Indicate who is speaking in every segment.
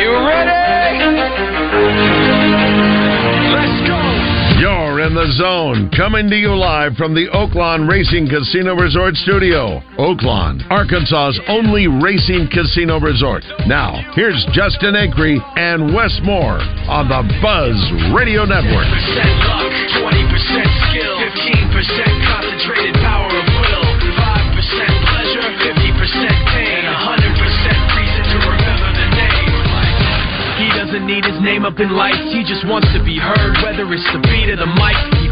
Speaker 1: You ready? Let's go.
Speaker 2: You're in the zone, coming to you live from the Oaklawn Racing Casino Resort Studio. Oaklawn, Arkansas's only racing casino resort. Now, here's Justin Acree and Wes Moore on the Buzz Radio Network.
Speaker 1: 10% luck, 20% skill, 15% concentrated power of will, 5% pleasure, 50% pain, and 100% reason to remember the name. He doesn't need his name up in lights, he just wants to be heard, whether it's the beat or the mic. He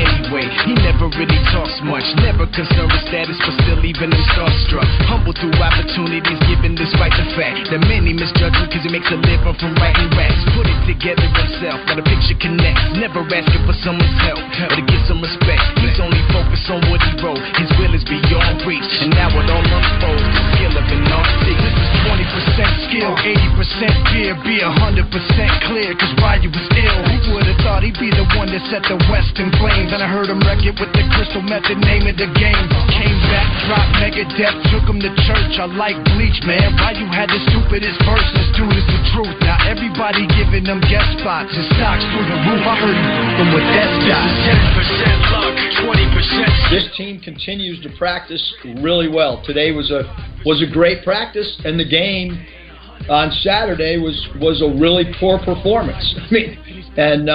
Speaker 1: anyway? He never really talks much, never concerned with status, but still even him starstruck. Humble through opportunities given despite the fact that many misjudge him because he makes a living from writing raps. Put it together himself, got a picture connects. Never asking for someone's help or to get some respect. He's only focused on what he wrote. His will is beyond reach, and now it all unfolds. The skill of an artist. This is 20% skill, 80% fear, be 100% clear, cause Ryu was ill. Who would've thought he'd be the one that set the West in flames? And I heard him wreck it with the crystal method, name of the game. Came back, dropped mega death, took him to church. I like bleach, man. Ryu had the stupidest verse, this dude is the truth. Now everybody giving them guest spots and stocks through the roof. I heard him from with that stock. 10% luck, 20%
Speaker 3: This team continues to practice really well. Today was a was a great practice, and the game on Saturday was was a really poor performance. I mean, and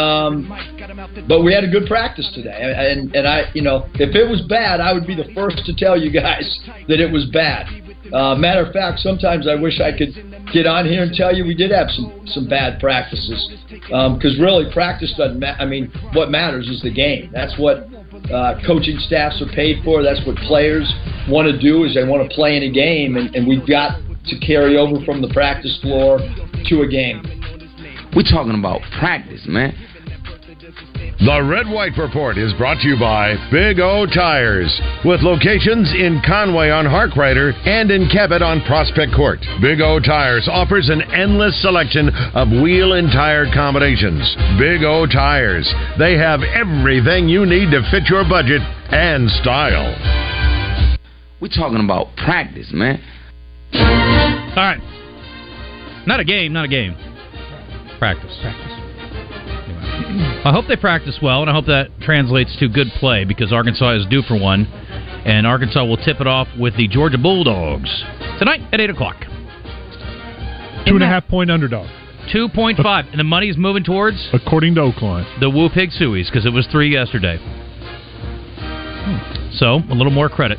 Speaker 3: um, but we had a good practice today, and and I you know if it was bad, I would be the first to tell you guys that it was bad. Uh, matter of fact, sometimes I wish I could get on here and tell you we did have some some bad practices, because really practice doesn't. Ma- I mean, what matters is the game. That's what uh, coaching staffs are paid for. That's what players want to do is they want to play in a game, and, and we've got to carry over from the practice floor to a game.
Speaker 4: We're talking about practice, man.
Speaker 2: The Red White Report is brought to you by Big O Tires, with locations in Conway on Harkrider and in Cabot on Prospect Court. Big O Tires offers an endless selection of wheel and tire combinations. Big O Tires, they have everything you need to fit your budget and style.
Speaker 4: We're talking about practice, man.
Speaker 5: All right. Not a game, not a game. Practice. Practice. I hope they practice well, and I hope that translates to good play because Arkansas is due for one, and Arkansas will tip it off with the Georgia Bulldogs tonight at eight o'clock.
Speaker 6: Two and a half point underdog,
Speaker 5: Two point five, and the money is moving towards
Speaker 6: according to Oakland.
Speaker 5: the Woo Pig Sueys because it was three yesterday. Hmm. So a little more credit.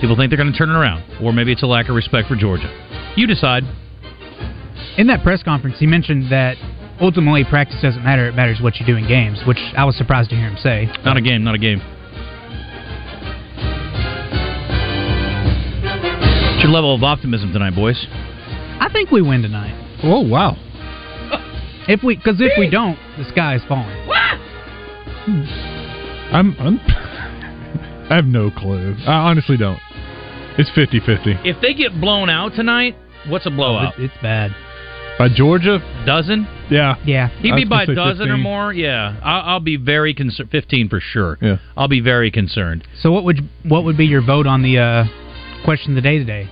Speaker 5: People think they're going to turn it around, or maybe it's a lack of respect for Georgia. You decide.
Speaker 7: In that press conference, he mentioned that ultimately practice doesn't matter; it matters what you do in games, which I was surprised to hear him say.
Speaker 5: Not a game, not a game. What's your level of optimism tonight, boys?
Speaker 7: I think we win tonight.
Speaker 5: Oh, wow.
Speaker 7: If we, because if we don't, the sky is falling.
Speaker 6: I'm, I'm I have no clue. I honestly don't. It's 50-50.
Speaker 5: If they get blown out tonight, what's a blowout?
Speaker 7: Oh, It's bad.
Speaker 6: By Uh, Georgia,
Speaker 5: dozen?
Speaker 6: yeah.
Speaker 7: Yeah.
Speaker 5: He'd
Speaker 6: I was
Speaker 5: be
Speaker 6: gonna
Speaker 5: by a
Speaker 6: say
Speaker 5: dozen or
Speaker 6: 15.
Speaker 5: more. Yeah, I'll, I'll be very concerned. Fifteen for sure.
Speaker 6: Yeah.
Speaker 5: I'll be very concerned.
Speaker 7: So what would what would be your vote on the uh, question of the day today?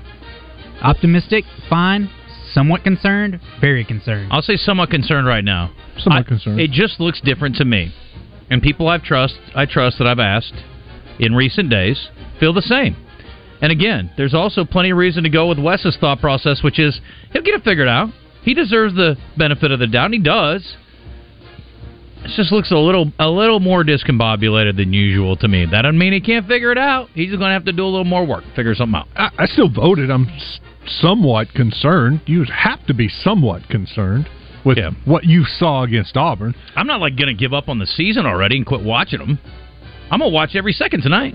Speaker 7: Optimistic, fine. Somewhat concerned, very concerned.
Speaker 5: I'll say somewhat concerned right now.
Speaker 6: Somewhat
Speaker 5: I-
Speaker 6: concerned.
Speaker 5: It just looks different to me, and people I've trust, I trust that I've asked in recent days, feel the same. And again, there's also plenty of reason to go with Wes's thought process, which is he'll get it figured out. He deserves the benefit of the doubt, and he does. It just looks a little a little more discombobulated than usual to me. That doesn't mean he can't figure it out. He's going to have to do a little more work, figure something out.
Speaker 6: I, I still voted. I'm s- somewhat concerned. You have to be somewhat concerned with
Speaker 5: Yeah.
Speaker 6: what you saw against Auburn.
Speaker 5: I'm not like going to give up on the season already and quit watching them. I'm going to watch every second tonight.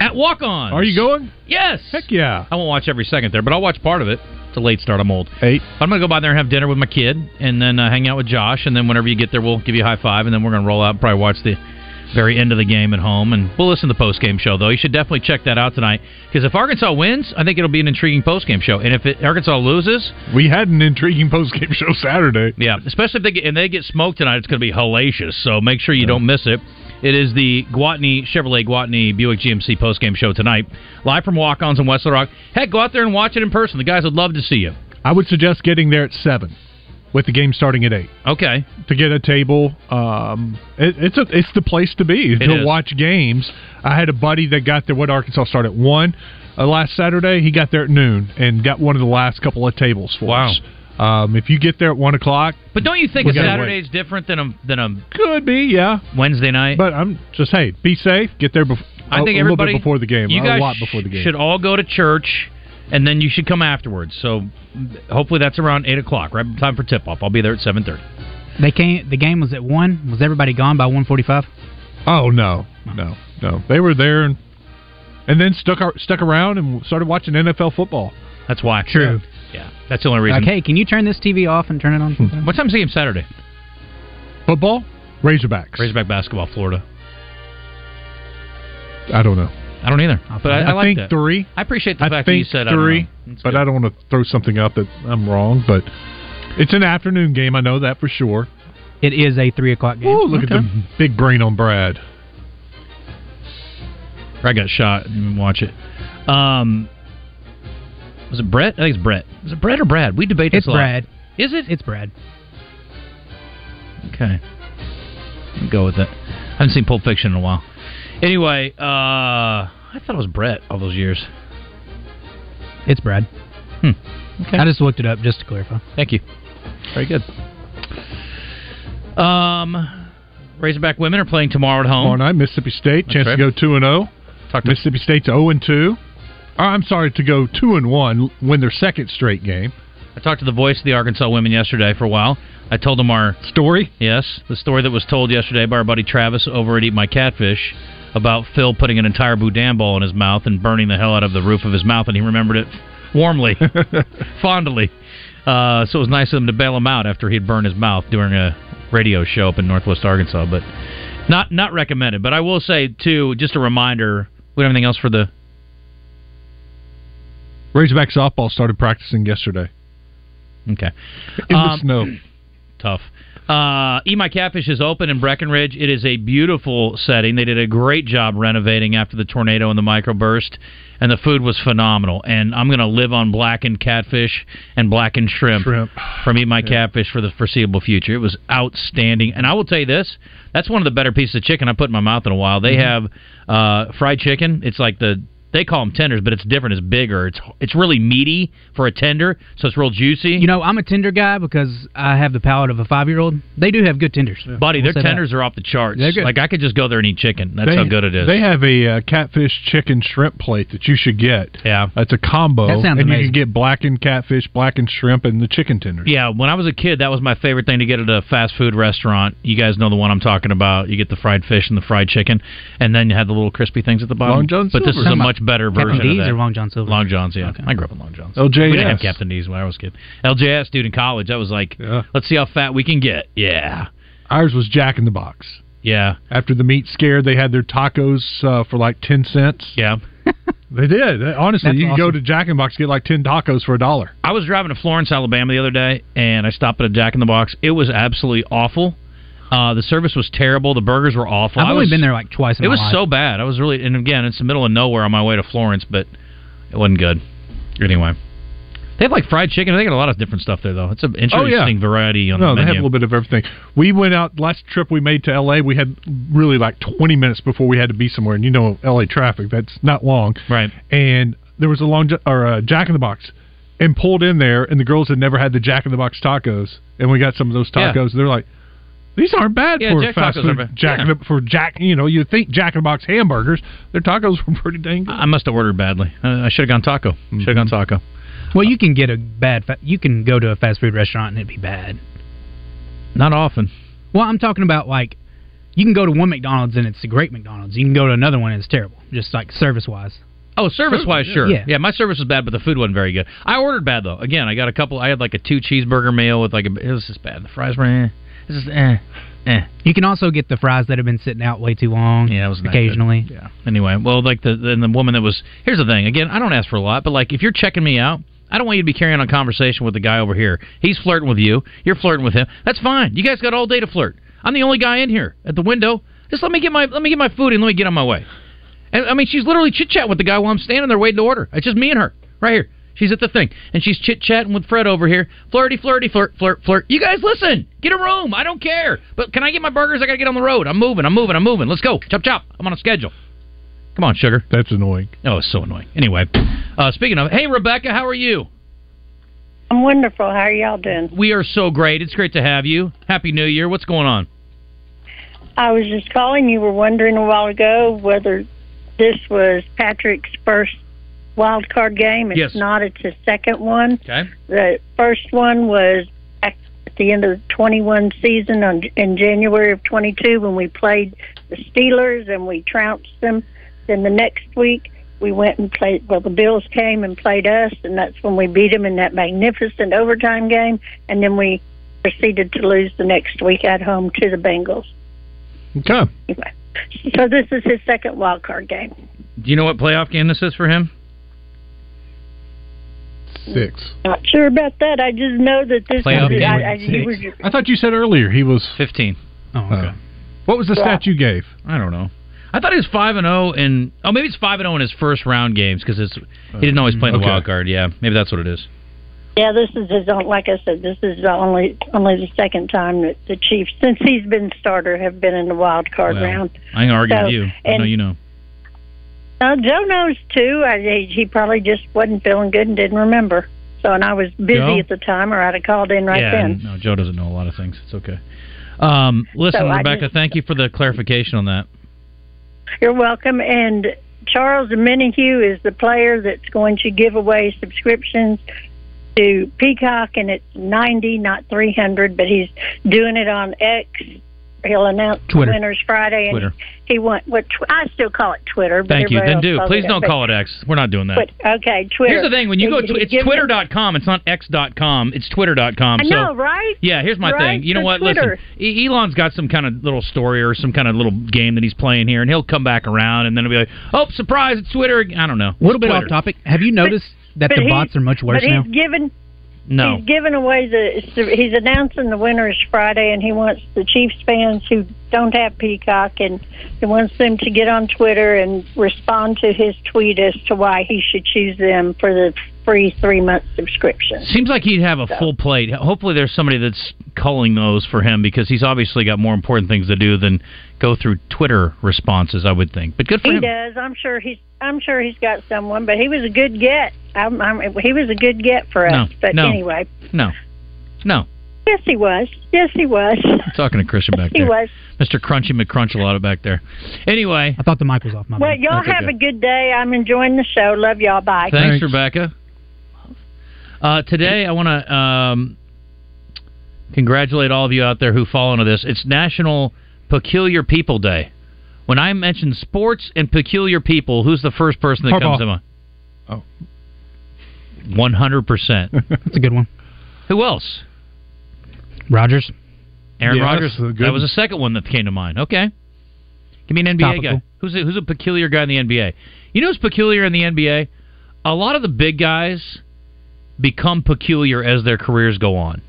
Speaker 5: At walk ons.
Speaker 6: Are you going?
Speaker 5: Yes.
Speaker 6: Heck yeah.
Speaker 5: I won't watch every second there, but I'll watch part of it. It's a late start. I'm old. Eight. I'm going to go by there and have dinner with my kid and then uh, hang out with Josh. And then whenever you get there, we'll give you a high five. And then we're going to roll out and probably watch the very end of the game at home. And we'll listen to the post game show, though. You should definitely check that out tonight because if Arkansas wins, I think it'll be an intriguing post game show. And if it, Arkansas loses,
Speaker 6: We had an intriguing post game show Saturday.
Speaker 5: yeah, especially if they get, and they get smoked tonight, it's going to be hellacious. So make sure you don't miss it. It is the Guatney Chevrolet Guatney Buick GMC postgame show tonight, live from Walk-Ons in West Little Rock. Heck, go out there and watch it in person. The guys would love to see you.
Speaker 6: I would suggest getting there at seven, with the game starting at eight.
Speaker 5: Okay,
Speaker 6: to get a table. Um, it, it's a, it's the place to be
Speaker 5: It
Speaker 6: to
Speaker 5: is.
Speaker 6: watch games. I had a buddy that got there. What Arkansas started at one uh, last Saturday. He got there at noon and got one of the last couple of tables for us. Um, if you get there at one o'clock,
Speaker 5: but don't you think
Speaker 6: We
Speaker 5: a
Speaker 6: gotta
Speaker 5: Saturday is different than a than a
Speaker 6: could be yeah
Speaker 5: Wednesday night.
Speaker 6: But I'm just hey, be safe. Get there before.
Speaker 5: I think
Speaker 6: a little
Speaker 5: everybody
Speaker 6: bit before the game.
Speaker 5: You
Speaker 6: a
Speaker 5: guys
Speaker 6: lot before the game.
Speaker 5: should all go to church, and then you should come afterwards. So hopefully that's around eight o'clock, right? Time for tip off. I'll be there at seven thirty.
Speaker 7: They came. The game was at one. Was everybody gone by one forty-five?
Speaker 6: Oh no, no, no. They were there and and then stuck ar- stuck around and started watching NFL football.
Speaker 5: That's why.
Speaker 7: True.
Speaker 5: Yeah, that's the only reason. Hmm.
Speaker 7: Like, hey, can you turn this TV off and turn it on? sometime?
Speaker 5: What time's the game Saturday?
Speaker 6: Football, Razorbacks.
Speaker 5: Razorback basketball, Florida.
Speaker 6: I don't know.
Speaker 5: I don't either, but I, I, like
Speaker 6: think
Speaker 5: that.
Speaker 6: three.
Speaker 5: I appreciate the
Speaker 6: I
Speaker 5: fact that
Speaker 6: think
Speaker 5: you said
Speaker 6: three,
Speaker 5: I don't know. That's
Speaker 6: but
Speaker 5: good.
Speaker 6: I don't want to throw something out that I'm wrong. But it's an afternoon game. I know that for sure.
Speaker 7: It is a three o'clock game.
Speaker 6: Ooh, look at
Speaker 5: Okay.
Speaker 6: the big brain on Brad.
Speaker 5: I got shot. and Watch it. Um, was it Brett? I think it's Brett. Is it Brett or Brad? We debate this
Speaker 7: It's
Speaker 5: a lot.
Speaker 7: Brad.
Speaker 5: Is it?
Speaker 7: It's Brad.
Speaker 5: Okay. I'll go with it. I haven't seen Pulp Fiction in a while. Anyway, uh, I thought it was Brett all those years.
Speaker 7: It's Brad.
Speaker 5: Hmm. Okay.
Speaker 7: I just looked it up just to clarify.
Speaker 5: Thank you. Very good. Um, Razorback women are playing tomorrow at
Speaker 6: Tomorrow
Speaker 5: home.
Speaker 6: night, Mississippi State
Speaker 5: That's
Speaker 6: chance
Speaker 5: right.
Speaker 6: to go two and zero.
Speaker 5: Talk to-
Speaker 6: Mississippi State's zero and two. Or, I'm sorry to go two and one, win their second straight game.
Speaker 5: I talked to the voice of the Arkansas women yesterday for a while. I told them our
Speaker 6: Story.
Speaker 5: Yes, the story that was told yesterday by our buddy Travis over at Eat My Catfish about Phil putting an entire Boudin ball in his mouth and burning the hell out of the roof of his mouth, and he remembered it warmly, fondly. Uh, so it was nice of him to bail him out after he'd burned his mouth during a radio show up in Northwest Arkansas. But not not recommended. But I will say too, just a reminder. We have anything else for the
Speaker 6: Razorback softball started practicing yesterday
Speaker 5: okay?
Speaker 6: in
Speaker 5: Um,
Speaker 6: the snow.
Speaker 5: tough. Uh, Eat My Catfish is open in Breckenridge. It is a beautiful setting. They did a great job renovating after the tornado and the microburst, and the food was phenomenal. And I'm going to live on blackened catfish and blackened shrimp,
Speaker 6: Shrimp.
Speaker 5: from Eat My Catfish for the foreseeable future. It was outstanding. And I will tell you this that's one of the better pieces of chicken I put in my mouth in a while.
Speaker 6: Mm-hmm.
Speaker 5: They have uh, fried chicken. It's like the. They call them tenders, but it's different. It's bigger. It's it's really meaty for a tender, so it's real juicy.
Speaker 7: You know, I'm a tender guy because I have the palate of a five-year-old. They do have good tenders.
Speaker 5: Buddy,
Speaker 7: We'll
Speaker 5: their
Speaker 7: say that.
Speaker 5: tenders are off the charts.
Speaker 6: They're good.
Speaker 5: Like I could just go there and eat chicken. That's
Speaker 6: They-
Speaker 5: how good it is.
Speaker 6: They have a uh, catfish chicken shrimp plate that you should get.
Speaker 5: yeah.
Speaker 6: It's a combo.
Speaker 7: That sounds
Speaker 6: and you
Speaker 7: amazing.
Speaker 6: can get blackened catfish, blackened shrimp, and the chicken tenders.
Speaker 5: Yeah, when I was a kid, that was my favorite thing to get at a fast food restaurant. You guys know the one I'm talking about. You get the fried fish and the fried chicken, and then you had the little crispy things at the bottom.
Speaker 6: Long John
Speaker 5: but this
Speaker 6: Silver's.
Speaker 5: is a
Speaker 6: Talking
Speaker 5: much better version
Speaker 7: Captain
Speaker 5: of
Speaker 7: D's
Speaker 5: that.
Speaker 7: or Long John Silver.
Speaker 5: Long John's, yeah. I grew up in Long John's.
Speaker 6: LJS.
Speaker 5: We didn't have Captain D's when I was a kid. LJS, dude, in college, that was like,
Speaker 6: Yeah.
Speaker 5: let's see how fat we can get. Yeah,
Speaker 6: Ours was Jack in the Box.
Speaker 5: yeah,
Speaker 6: After the meat scare, they had their tacos uh, for like ten cents.
Speaker 5: yeah.
Speaker 6: They did. Honestly,
Speaker 7: That's
Speaker 6: you could go
Speaker 7: awesome.
Speaker 6: to Jack in the Box get like ten tacos for a dollar.
Speaker 5: I was driving to Florence, Alabama the other day, and I stopped at a Jack in the Box. It was absolutely awful. Uh, the service was terrible. The burgers were awful.
Speaker 7: I've
Speaker 5: I
Speaker 7: only
Speaker 5: was-
Speaker 7: been there like twice. In
Speaker 5: It
Speaker 7: my
Speaker 5: was
Speaker 7: life.
Speaker 5: so bad. I was really, and again, it's the middle of nowhere on my way to Florence, but it wasn't good. Anyway, they have like fried chicken. They got a lot of different stuff there, though. It's an interesting variety on
Speaker 6: Oh, No,
Speaker 5: the
Speaker 6: they have a
Speaker 5: menu.
Speaker 6: little bit of everything. We went out last trip we made to L.A. We had really like twenty minutes before we had to be somewhere, and you know L.A. traffic that's not long.
Speaker 5: right.
Speaker 6: And there was a long Jo- or a Jack in the Box, and pulled in there, and the girls had never had the Jack in the Box tacos, and we got some of those
Speaker 5: Yeah.
Speaker 6: tacos. and They're like. These aren't bad
Speaker 5: Yeah,
Speaker 6: for
Speaker 5: Jack
Speaker 6: fast
Speaker 5: tacos
Speaker 6: food.
Speaker 5: aren't bad.
Speaker 6: Jack in
Speaker 5: Yeah.
Speaker 6: the, for Jack, you know, you think Jack in the Box hamburgers, their tacos were pretty dang good.
Speaker 5: I must have ordered badly. Uh, I should have gone taco. Should have gone taco.
Speaker 7: Mm-hmm.
Speaker 5: Uh,
Speaker 7: Well, you can get a bad. Fa- you can go to a fast food restaurant and it'd be bad.
Speaker 5: Not often.
Speaker 7: Well, I'm talking about like You can go to one McDonald's and it's a great McDonald's. You can go to another one and it's terrible, just like service wise.
Speaker 5: Oh, service wise,
Speaker 7: Food,
Speaker 5: sure.
Speaker 7: yeah.
Speaker 5: Yeah. my service was bad, but the food wasn't very good. I ordered bad though. Again, I got a couple. I had like a two cheeseburger meal with like a. It was just bad. The fries were. Eh. It's just eh.
Speaker 7: You can also get the fries that have been sitting out way too long. Yeah, it was
Speaker 5: not good.
Speaker 7: occasionally.
Speaker 5: Yeah. Anyway, well, like the then the woman that was here's the thing. Again, I don't ask for a lot, but like if you're checking me out, I don't want you to be carrying on a conversation with the guy over here. He's flirting with you. You're flirting with him. That's fine. You guys got all day to flirt. I'm the only guy in here at the window. Just let me get my let me get my food and let me get on my way. And I mean, she's literally chit chat with the guy while I'm standing there waiting to order. It's just me and her right here. She's at the thing, and she's chit chatting with Fred over here. Flirty, flirty, flirt, flirt, flirt. You guys, listen. Get a room. I don't care. But can I get my burgers? I gotta get on the road. I'm moving. I'm moving. I'm moving. Let's go. Chop, chop. I'm on a schedule. Come on, sugar.
Speaker 6: That's annoying.
Speaker 5: Oh, it's so annoying. Anyway, uh, speaking of, hey Rebecca, how are you?
Speaker 8: I'm wonderful. How are y'all doing?
Speaker 5: We are so great. It's great to have you. Happy New Year. What's going on?
Speaker 8: I was just calling. You were wondering a while ago whether this was Patrick's first wild card game. It's
Speaker 5: Yes.
Speaker 8: not. It's his second one.
Speaker 5: Okay.
Speaker 8: The first one was back at the end of the 21 season on, in January of 22 when we played the Steelers and we trounced them. Then the next week we went and played. Well, the Bills came and played us, and that's when we beat them in that magnificent overtime game. And then we proceeded to lose the next week at home to the Bengals.
Speaker 6: Okay.
Speaker 8: So this is his second wild card game.
Speaker 5: Do you know what playoff game this is for him?
Speaker 6: Six.
Speaker 8: Not sure about that. I just know that this
Speaker 6: Playoff
Speaker 8: is.
Speaker 6: game
Speaker 8: I, I,
Speaker 6: six.
Speaker 8: you were-
Speaker 6: I thought you said earlier he was
Speaker 5: fifteen. Uh,
Speaker 7: Oh,
Speaker 6: okay. what was the
Speaker 8: Yeah.
Speaker 6: stat you gave?
Speaker 5: I don't know. I thought he was five and zero in oh maybe it's five and zero in his first round games because it's he didn't always play in the
Speaker 6: Okay.
Speaker 5: wild card. Yeah, maybe that's what it is.
Speaker 8: yeah, this is his. own- Like I said, this is the only only the second time that the Chiefs, since he's been starter, have been in the wild card
Speaker 5: Well,
Speaker 8: round.
Speaker 5: I can argue
Speaker 8: So,
Speaker 5: with you. I
Speaker 8: and-
Speaker 5: know you know.
Speaker 8: Now Joe knows too. I, he- he probably just wasn't feeling good and didn't remember. So, and I was busy
Speaker 5: Joe?
Speaker 8: at the time, or I'd have called in right
Speaker 5: yeah,
Speaker 8: then.
Speaker 5: no, Joe doesn't know a lot of things. It's okay. Um, listen,
Speaker 8: So I
Speaker 5: Rebecca,
Speaker 8: just-
Speaker 5: thank you for the clarification on that.
Speaker 8: You're welcome. And Charles Minihue is the player that's going to give away subscriptions to Peacock, and it's 90, not 300, but he's doing it on X. He'll announce the
Speaker 5: Twitter.
Speaker 8: winners Friday, and
Speaker 5: Twitter.
Speaker 8: he won. What tw- I still call it Twitter. But
Speaker 5: Thank you. Then
Speaker 8: everybody
Speaker 5: do.
Speaker 8: else calls
Speaker 5: Please
Speaker 8: it
Speaker 5: don't
Speaker 8: X.
Speaker 5: call it X. We're not doing that.
Speaker 8: But, okay, Twitter.
Speaker 5: Here's the thing: when you go,
Speaker 8: He-
Speaker 5: to,
Speaker 8: he
Speaker 5: it's
Speaker 8: gives them-
Speaker 5: Twitter.com. It's not X.com. It's Twitter.com.
Speaker 8: I
Speaker 5: So
Speaker 8: know, right?
Speaker 5: Yeah, here's my
Speaker 8: Right?
Speaker 5: thing. You know
Speaker 8: So
Speaker 5: what?
Speaker 8: Twitter.
Speaker 5: Listen, E- Elon's got some kind of little story or some kind of little game that he's playing here, and he'll come back around, and then he'll be like, "Oh, surprise! It's Twitter." ag-" I don't know.
Speaker 7: A little bit
Speaker 5: Twitter.
Speaker 7: off topic. Have you noticed that
Speaker 8: but
Speaker 7: the
Speaker 8: he-
Speaker 7: bots are much worse
Speaker 8: but
Speaker 7: now?
Speaker 8: he's given
Speaker 5: No.
Speaker 8: He's giving away the. He's announcing the winners Friday, and he wants the Chiefs fans who don't have Peacock, and he wants them to get on Twitter and respond to his tweet as to why he should choose them for the free three month subscription.
Speaker 5: Seems like he'd have a full plate. Hopefully, there's somebody that's culling those for him because he's obviously got more important things to do than go through Twitter responses. I would think, but good for
Speaker 8: He
Speaker 5: him.
Speaker 8: does. I'm sure he's. I'm sure he's got someone, but he was a good get. I'm, I'm, he was a good get for us.
Speaker 5: No,
Speaker 8: but
Speaker 5: no.
Speaker 8: anyway,
Speaker 5: No, no.
Speaker 8: yes, he was. Yes, he was.
Speaker 5: I'm talking to Christian back
Speaker 8: He
Speaker 5: there,
Speaker 8: was.
Speaker 5: Mr. Crunchy McCrunch a lot back there. Anyway,
Speaker 7: I thought the mic was off my
Speaker 8: Well, y'all
Speaker 5: That's
Speaker 8: have
Speaker 5: okay.
Speaker 8: a good day. I'm enjoying the show. Love y'all. Bye.
Speaker 5: Thanks, Rebecca. Uh, today, I want to um, congratulate all of you out there who fall into this. It's National Peculiar People Day. When I mention sports and peculiar people, who's the first person that
Speaker 6: Harbaugh.
Speaker 5: comes to mind?
Speaker 6: Oh.
Speaker 5: One hundred percent.
Speaker 7: That's a good one.
Speaker 5: Who else?
Speaker 7: Rogers.
Speaker 5: Aaron
Speaker 6: Yeah,
Speaker 5: Rodgers.
Speaker 6: that's a good
Speaker 5: That
Speaker 6: one.
Speaker 5: was the second one that came to mind. Okay. Give me an NBA
Speaker 7: Topical.
Speaker 5: guy. Who's a, who's a peculiar guy in the NBA? You know who's peculiar in the NBA? A lot of the big guys become peculiar as their careers go on.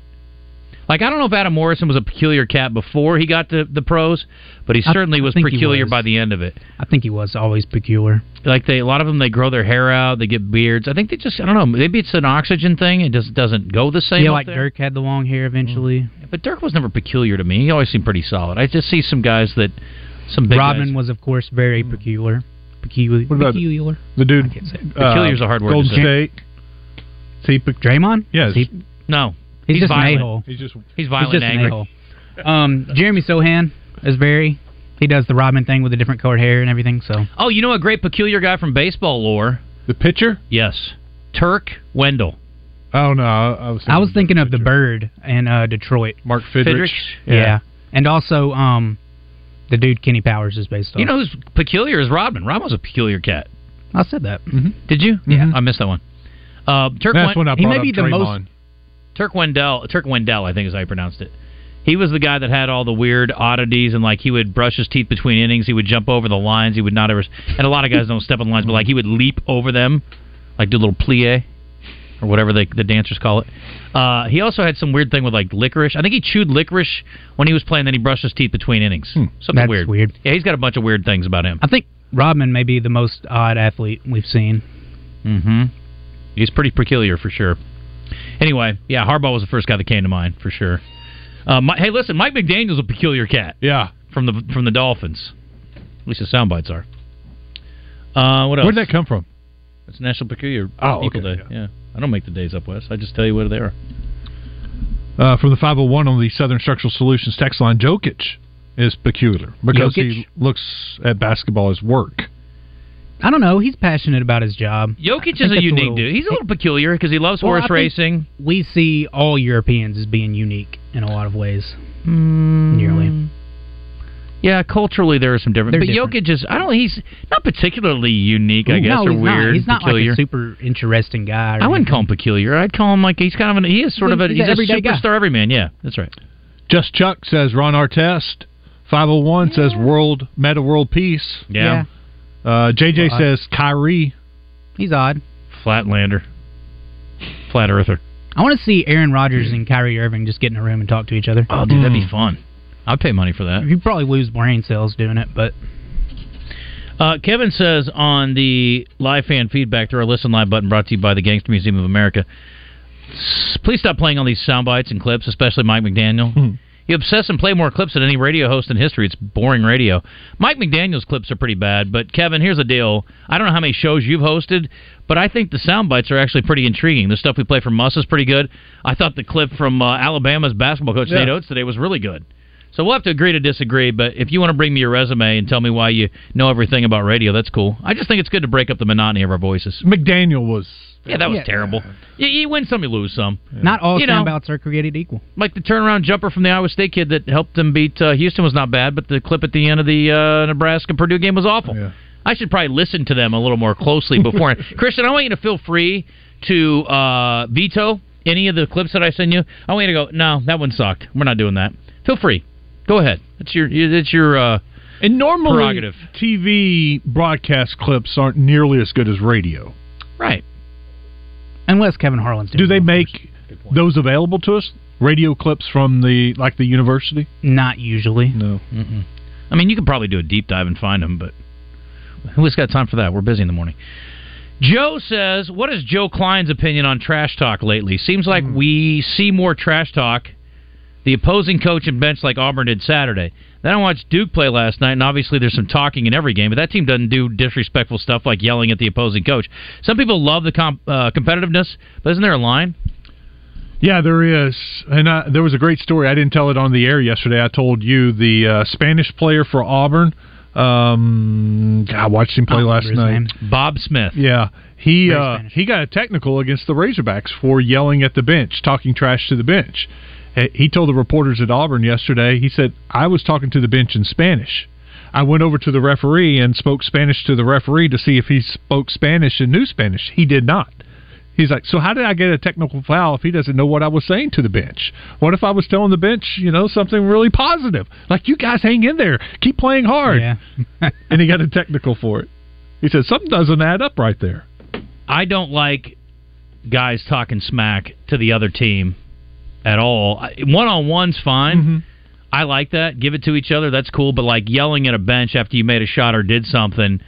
Speaker 5: Like I don't know if Adam Morrison was a peculiar cat before he got to the pros, but he
Speaker 7: I-
Speaker 5: certainly
Speaker 7: I
Speaker 5: was
Speaker 7: think he
Speaker 5: peculiar
Speaker 7: was.
Speaker 5: by the end of it.
Speaker 7: I think he was always peculiar.
Speaker 5: Like they, a lot of them, they grow their hair out, they get beards. I think they just, I don't know, maybe it's an oxygen thing. It just doesn't go the same.
Speaker 7: yeah,
Speaker 5: up
Speaker 7: like
Speaker 5: there. Mm.
Speaker 7: Dirk had the long hair eventually.
Speaker 5: But Dirk was never peculiar to me. He always seemed pretty solid. I just see some guys that some big
Speaker 7: Robin
Speaker 5: guys- Mm.
Speaker 7: was, of course, very peculiar. Peculiar.
Speaker 6: What about-
Speaker 7: peculiar.
Speaker 6: The dude.
Speaker 7: can't say it.
Speaker 6: uh,
Speaker 5: Peculiar's a hard word to
Speaker 6: Golden
Speaker 5: say.
Speaker 6: State. See, pe-
Speaker 7: Draymond?
Speaker 6: yes.
Speaker 7: Is he-
Speaker 5: no.
Speaker 7: he's,
Speaker 5: He's
Speaker 7: just
Speaker 5: violent.
Speaker 7: an a-hole.
Speaker 6: he's just
Speaker 5: He's violent
Speaker 7: he's just
Speaker 5: and angry.
Speaker 7: an a-hole. Um, Jeremy Sohan is very. He does the Robin thing with the different colored hair and everything. So
Speaker 5: Oh, you know a great peculiar guy from baseball lore?
Speaker 6: the pitcher.
Speaker 5: Yes. Turk Wendell.
Speaker 6: Oh no, I, I was.
Speaker 7: I was thinking of the
Speaker 6: pitcher.
Speaker 7: bird in uh, Detroit.
Speaker 6: Mark Fidrich.
Speaker 5: Fidrich?
Speaker 7: Yeah. And also um, The dude Kenny Powers is based on.
Speaker 5: You know who's peculiar is Rodman. Rodman's a peculiar cat.
Speaker 7: I said that. Mm-hmm.
Speaker 5: Did you? Mm-hmm. Yeah, I missed that one. Uh, Turk
Speaker 7: That's when I
Speaker 5: he
Speaker 7: brought
Speaker 5: may
Speaker 7: up
Speaker 5: be the
Speaker 7: Draymond.
Speaker 5: most. Turk Wendell, Turk Wendell, I think is how you pronounced it. He was the guy that had all the weird oddities and like he would brush his teeth between innings. He would jump over the lines. He would not ever. And a lot of guys don't step on lines, but like he would leap over them, like do a little plie or whatever they, the dancers call it. Uh, he also had some weird thing with like licorice. I think he chewed licorice when he was playing. Then he brushed his teeth between innings. Something
Speaker 7: Hmm. That's
Speaker 5: weird.
Speaker 7: weird.
Speaker 5: Yeah, he's got a bunch of weird things about him.
Speaker 7: I think Rodman may be the most odd athlete we've seen.
Speaker 5: Mm-hmm. He's pretty peculiar for sure. Anyway, yeah, Harbaugh was the first guy that came to mind for sure. Uh, Mi- hey, listen, Mike McDaniel's a peculiar cat.
Speaker 6: Yeah,
Speaker 5: from the from the Dolphins. At least the sound bites are. Uh, what else?
Speaker 6: Where'd that come from?
Speaker 5: It's National Peculiar
Speaker 6: Oh,
Speaker 5: People
Speaker 6: okay,
Speaker 5: Day. Yeah. I don't make the days up west. I just tell you where they are.
Speaker 6: Uh, from the 501 on the Southern Structural Solutions text line, Jokic is peculiar because he looks at basketball as work.
Speaker 7: I don't know. He's passionate about his job. I
Speaker 5: Jokic
Speaker 7: think
Speaker 5: is
Speaker 7: that's
Speaker 5: a
Speaker 7: a
Speaker 5: unique
Speaker 7: little-
Speaker 5: dude. He's a little peculiar because he loves
Speaker 7: Well, I
Speaker 5: horse
Speaker 7: think
Speaker 5: racing.
Speaker 7: We see all Europeans as being unique in a lot of ways.
Speaker 5: Nearly. Mm. Yeah, culturally there are some different.
Speaker 7: They're
Speaker 5: But
Speaker 7: different.
Speaker 5: Jokic is I don't he's not particularly unique, I
Speaker 7: Ooh,
Speaker 5: guess,
Speaker 7: no,
Speaker 5: or
Speaker 7: he's
Speaker 5: weird.
Speaker 7: Not. He's not
Speaker 5: peculiar.
Speaker 7: like a super interesting guy. Or
Speaker 5: I wouldn't call him peculiar. I'd call him like he's kind of an he is sort of a
Speaker 7: He's
Speaker 5: he's,
Speaker 7: an
Speaker 5: a
Speaker 7: everyday guy.
Speaker 5: superstar everyman. Yeah, that's right.
Speaker 6: Just Chuck says Ron Artest. 501 says world meta world peace.
Speaker 5: Yeah.
Speaker 6: Uh, JJ
Speaker 5: Well, I-
Speaker 6: says Kyrie.
Speaker 7: He's odd.
Speaker 5: Flatlander, flat earther.
Speaker 7: I want to see Aaron Rodgers and Kyrie Irving just get in a room and talk to each other.
Speaker 5: Oh, dude, that'd be fun. I'd pay money for that.
Speaker 7: You probably lose brain cells doing it, but
Speaker 5: Uh, Kevin says on the live fan feedback through our listen live button brought to you by the Gangster Museum of America. "S- Please stop playing all these sound bites and clips, especially Mike McDaniel.
Speaker 6: Hmm.
Speaker 5: You obsess and play more clips than any radio host in history. It's boring radio. Mike McDaniel's clips are pretty bad, but Kevin, here's the deal. I don't know how many shows you've hosted, but I think the sound bites are actually pretty intriguing. The stuff we play from Muss is pretty good. I thought the clip from uh, Alabama's basketball coach
Speaker 9: Yeah.
Speaker 5: Nate Oates today was really good. So we'll have to agree to disagree, but if you want to bring me your resume and tell me why you know everything about radio, that's cool. I just think it's good to break up the monotony of our voices.
Speaker 6: McDaniel was.
Speaker 5: Yeah, that was
Speaker 7: Yeah.
Speaker 5: terrible. You, you win some, you lose some.
Speaker 7: not all
Speaker 5: You know,
Speaker 7: sound bites are created equal.
Speaker 5: like the turnaround jumper from the Iowa State kid that helped them beat uh, Houston was not bad, but the clip at the end of the uh, Nebraska Purdue game was awful. I should probably listen to them a little more closely before. Christian, I want you to feel free to uh, veto any of the clips that I send you. I want you to go. No, that one sucked. We're not doing that. Feel free. Go ahead. It's your. It's your. Uh,
Speaker 6: and normally
Speaker 5: prerogative.
Speaker 6: TV broadcast clips aren't nearly as good as radio.
Speaker 5: Right.
Speaker 7: Unless Kevin Harlan's doing
Speaker 6: Do they make those available to us? Radio clips from the like the university?
Speaker 7: Not usually.
Speaker 6: No.
Speaker 5: Mm-mm. I mean, you could probably do a deep dive and find them, but who's got time for that? We're busy in the morning. Joe says, "What is Joe Klein's opinion on trash talk lately? Seems like we see more trash talk the opposing coach and bench like Auburn did Saturday. Then I watched Duke play last night, and obviously there's some talking in every game, but that team doesn't do disrespectful stuff like yelling at the opposing coach. Some people love the comp- uh, competitiveness, but isn't there a line?
Speaker 6: Yeah, there is, and I, there was a great story. I didn't tell it on the air yesterday. I told you the uh, Spanish player for Auburn. Um, God, I watched him play last night.
Speaker 5: Bob Smith.
Speaker 6: Yeah, he uh, he got a technical against the Razorbacks for yelling at the bench, talking trash to the bench. He- He told the reporters at Auburn yesterday. He said, "I was talking to the bench in Spanish. I went over to the referee and spoke Spanish to the referee to see if he spoke Spanish and knew Spanish. He did not." He's like, so how did I get a technical foul if he doesn't know what I was saying to the bench? What if I was telling the bench, you know, something really positive? Like, you guys hang in there, keep playing hard. and he got a technical for it. He said, something doesn't add up right there.
Speaker 5: I don't like guys talking smack to the other team at all. One on one's fine. I like that. Give it to each other. That's cool. But like yelling at a bench after you made a shot or did something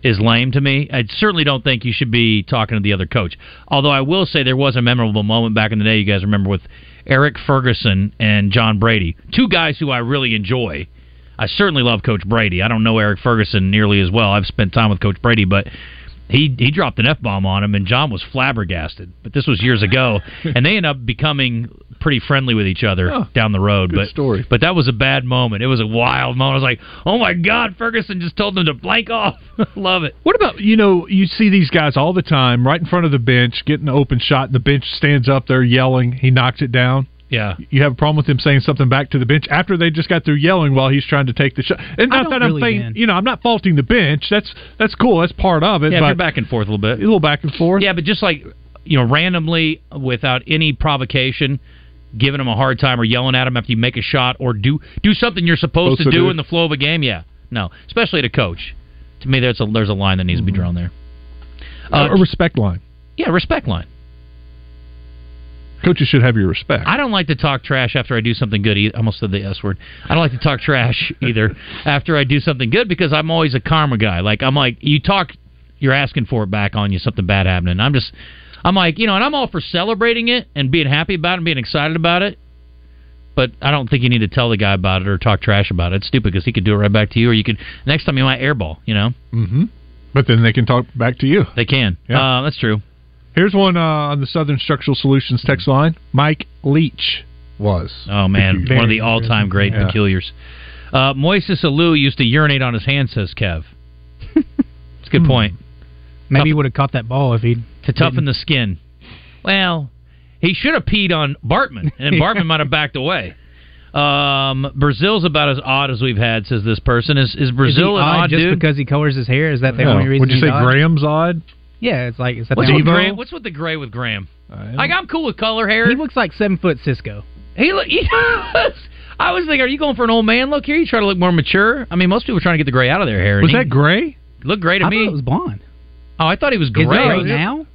Speaker 5: is lame to me. I certainly don't think you should be talking to the other coach. Although I will say there was a memorable moment back in the day. You guys remember with Eric Ferguson and John Brady, two guys who I really enjoy. I certainly love Coach Brady. I don't know Eric Ferguson nearly as well. I've spent time with Coach Brady, but he he dropped an f bomb on him, and John was flabbergasted. But this was years ago, and they end up becoming pretty friendly with each other
Speaker 9: Oh,
Speaker 5: down the road.
Speaker 9: good
Speaker 5: but
Speaker 9: story.
Speaker 5: but that was a bad moment. It was a wild moment. I was like, oh my god, Ferguson just told them to blank off. Love it.
Speaker 6: What about, you know, you see these guys all the time right in front of the bench, getting an open shot, and the bench stands up there yelling. He knocks it down.
Speaker 5: Yeah.
Speaker 6: You have a problem with him saying something back to the bench after they just got through yelling while he's trying to take the shot. And not
Speaker 5: I don't
Speaker 6: that
Speaker 5: really
Speaker 6: I'm saying,
Speaker 5: then.
Speaker 6: you know, I'm not faulting the bench. That's that's cool. That's part of it.
Speaker 5: Yeah, if
Speaker 6: but
Speaker 5: you're back and forth a little bit. A
Speaker 6: little back and forth.
Speaker 5: Yeah, but just like you know, randomly without any provocation, giving him a hard time or yelling at him after you make a shot or do do something you're supposed, to, do, in the flow of a game. Yeah, no, especially to coach. To me, there's a there's a line that needs
Speaker 6: Mm-hmm.
Speaker 5: to be drawn there.
Speaker 6: Uh, a respect line.
Speaker 5: Uh, Yeah, respect line.
Speaker 6: Coaches should have your respect.
Speaker 5: I don't like to talk trash after I do something good. Either. I almost said the S word. I don't like to talk trash either after I do something good because I'm always a karma guy. Like I'm like you talk, you're asking for it back on you. Something bad happening. I'm just, I'm like you know, and I'm all for celebrating it and being happy about it and being excited about it. But I don't think you need to tell the guy about it or talk trash about it. It's stupid because he could do it right back to you, or you could next time you might airball. You know,
Speaker 6: Mm-hmm. But then they can talk back to you.
Speaker 5: They can.
Speaker 6: Yeah.
Speaker 5: Uh, that's true.
Speaker 6: Here's one uh, on the Southern Structural Solutions text line. Mike Leach was.
Speaker 5: Oh man,
Speaker 6: Very
Speaker 5: one of the all-time great
Speaker 6: Yeah.
Speaker 5: peculiars. Uh, Moises Alou used to urinate on his hand, says Kev. It's a good point.
Speaker 7: Maybe he would have caught that ball if he'd
Speaker 5: to toughen the skin. Well, he should have peed on Bartman, and Bartman might have backed away. Um, Brazil's about as odd as we've had, says this person. Is is Brazil
Speaker 7: is
Speaker 5: an
Speaker 7: he
Speaker 5: odd,
Speaker 7: odd just
Speaker 5: dude?
Speaker 7: because he colors his hair? Is that the
Speaker 5: Yeah.
Speaker 7: only reason?
Speaker 5: Would you
Speaker 7: he's
Speaker 5: say
Speaker 7: odd?
Speaker 6: Graham's odd?
Speaker 7: Yeah, it's like is that
Speaker 5: What's
Speaker 7: the
Speaker 5: with,
Speaker 7: only
Speaker 5: gray, what's with the gray with Graham? Like I'm cool with color hair.
Speaker 7: He looks like seven foot Cisco.
Speaker 5: He look. He does. I was thinking, are you going for an old man look here? You try to look more mature. I mean, most people are trying to get the gray out of their hair.
Speaker 6: Was
Speaker 5: and he
Speaker 6: that gray?
Speaker 5: Looked gray to
Speaker 6: I
Speaker 5: me.
Speaker 6: thought it
Speaker 5: was
Speaker 7: blonde.
Speaker 5: Oh, I thought he was gray.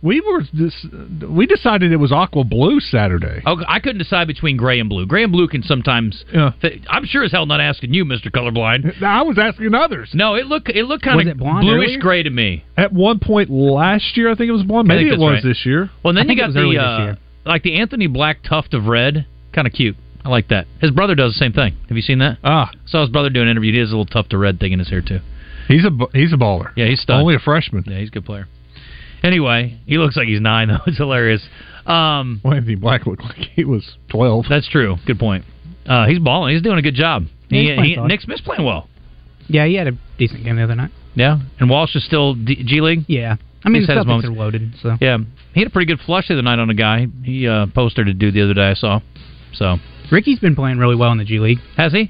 Speaker 6: We were this, we decided it was aqua blue Saturday.
Speaker 5: Okay, Oh, I couldn't decide between gray and blue. Gray and blue can sometimes.
Speaker 6: Yeah.
Speaker 5: fi- I'm sure as hell not asking you, Mister Colorblind.
Speaker 6: I was asking others.
Speaker 5: No, it looked it looked kind
Speaker 6: Was
Speaker 5: of
Speaker 6: it blonde
Speaker 5: bluish
Speaker 6: earlier?
Speaker 5: gray to me.
Speaker 6: At one point last year, I think it was blonde.
Speaker 5: I
Speaker 6: Maybe it
Speaker 5: think that's
Speaker 6: was
Speaker 5: right.
Speaker 6: this year.
Speaker 5: Well, and then you got the uh, like the Anthony Black tuft of red, kind of cute. I like that. His brother does the same thing. Have you seen that?
Speaker 6: Ah,
Speaker 5: saw his brother do an interview. He has a little tuft of red thing in his hair too.
Speaker 6: He's a bu- he's a baller.
Speaker 5: Yeah, he's stud.
Speaker 6: Only a freshman.
Speaker 5: Yeah, he's a good player. Anyway, he looks like he's nine though. It's hilarious. Um,
Speaker 6: well, Anthony Black looked like he was twelve.
Speaker 5: That's true. Good point. Uh, he's balling. He's doing a good job.
Speaker 7: Yeah, he's
Speaker 5: He-
Speaker 7: playing
Speaker 5: he-
Speaker 7: solid.
Speaker 5: Nick Smith's playing well.
Speaker 7: Yeah, he had a decent game the other night.
Speaker 5: Yeah, and Walsh is still D- G League.
Speaker 7: Yeah, I mean
Speaker 5: He's
Speaker 7: the
Speaker 5: had his
Speaker 7: Celtics
Speaker 5: moments.
Speaker 7: are loaded. So
Speaker 5: Yeah, he had a pretty good flush the other night on a guy. He uh, posted a dude the other day I saw. So
Speaker 7: Ricky's been playing really well in the G League.
Speaker 5: Has he?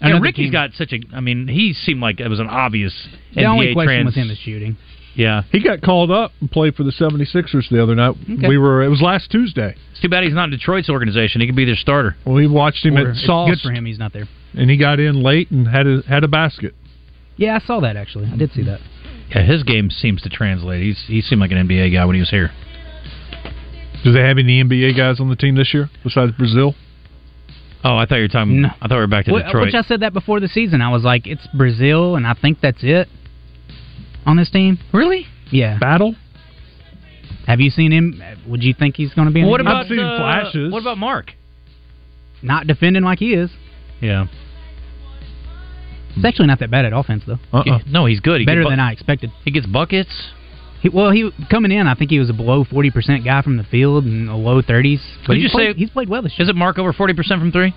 Speaker 7: Another
Speaker 5: And Ricky's
Speaker 7: team.
Speaker 5: got such a. I mean, he seemed like it was an obvious
Speaker 7: The
Speaker 5: NBA
Speaker 7: only question
Speaker 5: trans.
Speaker 7: with him is shooting.
Speaker 5: Yeah.
Speaker 6: He got called up and played for the 76ers the other night.
Speaker 5: Okay.
Speaker 6: We were it was last Tuesday.
Speaker 5: It's too bad he's not in Detroit's organization. He could be their starter.
Speaker 6: Well, we watched him
Speaker 7: Or
Speaker 6: at
Speaker 7: it's
Speaker 6: Sauce
Speaker 7: good for him. He's not there.
Speaker 6: and he got in late and had a, had a basket.
Speaker 7: Yeah, I saw that actually. I did see that.
Speaker 5: Yeah, his game seems to translate. He's he seemed like an NBA guy when he was here.
Speaker 6: Do they have any NBA guys on the team this year besides Brazil?
Speaker 5: Oh, I thought you were talking. I thought we were back to
Speaker 7: Wh-
Speaker 5: Detroit.
Speaker 7: Which I said that before the season. I was like, it's Brazil, and I think that's it on this team.
Speaker 5: Really?
Speaker 7: Yeah.
Speaker 6: Battle.
Speaker 7: Have you seen him? Would you think he's going to be? In
Speaker 5: what
Speaker 7: the game?
Speaker 5: about uh, What about Mark?
Speaker 7: Not defending like he is.
Speaker 5: Yeah. Hmm.
Speaker 7: He's actually not that bad at offense though.
Speaker 5: Yeah, Uh-uh. No, he's good. He
Speaker 7: Better
Speaker 5: gets bu-
Speaker 7: than I expected.
Speaker 5: He gets buckets.
Speaker 7: He, well, he coming in, I think he was a below forty percent guy from the field and a low thirties. But
Speaker 5: Did you
Speaker 7: he's played,
Speaker 5: say
Speaker 7: he's played well this
Speaker 5: Is it Mark over forty percent from three?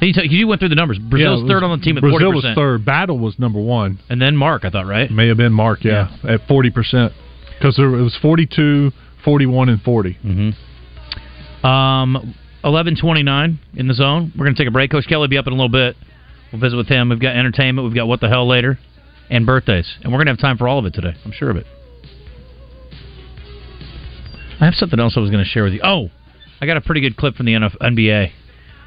Speaker 5: He t- you went through the numbers. Brazil's
Speaker 6: Yeah, it
Speaker 5: third
Speaker 6: was-
Speaker 5: on the team at forty
Speaker 6: Brazil was
Speaker 5: percent.
Speaker 6: third. Battle was number one.
Speaker 5: And then Mark, I thought, right?
Speaker 6: May have been Mark, yeah, at 40%. Because it was 42, 41, and 40.
Speaker 5: Mm-hmm. Um, eleven twenty nine in the zone. We're gonna take a break. Coach Kelly will be up in a little bit. We'll visit with him. We've got entertainment. We've got what the hell later, and birthdays. And we're gonna have time for all of it today. I'm sure of it. I have something else I was gonna share with you. Oh, I got a pretty good clip from the NF- NBA.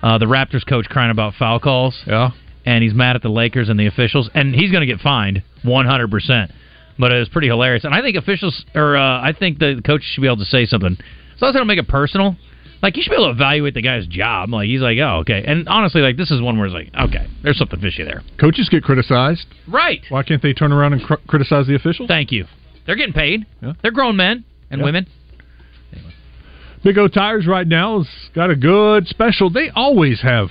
Speaker 5: Uh, the Raptors coach crying about foul calls.
Speaker 6: Yeah.
Speaker 5: And he's mad at the Lakers and the officials, and he's going to get fined 100. percent But it was pretty hilarious, and I think officials or uh, I think the coach should be able to say something. So I was going to make it personal. Like you should be able to evaluate the guy's job. Like he's like, oh, okay. And honestly, like this is one where it's like, okay, there's something fishy there.
Speaker 6: Coaches get criticized.
Speaker 5: Right.
Speaker 6: Why can't they turn around and cr- criticize the officials?
Speaker 5: Thank you. They're getting paid. They're grown men and
Speaker 6: Yeah.
Speaker 5: women.
Speaker 6: Big O Tires right now has got a good special. They always have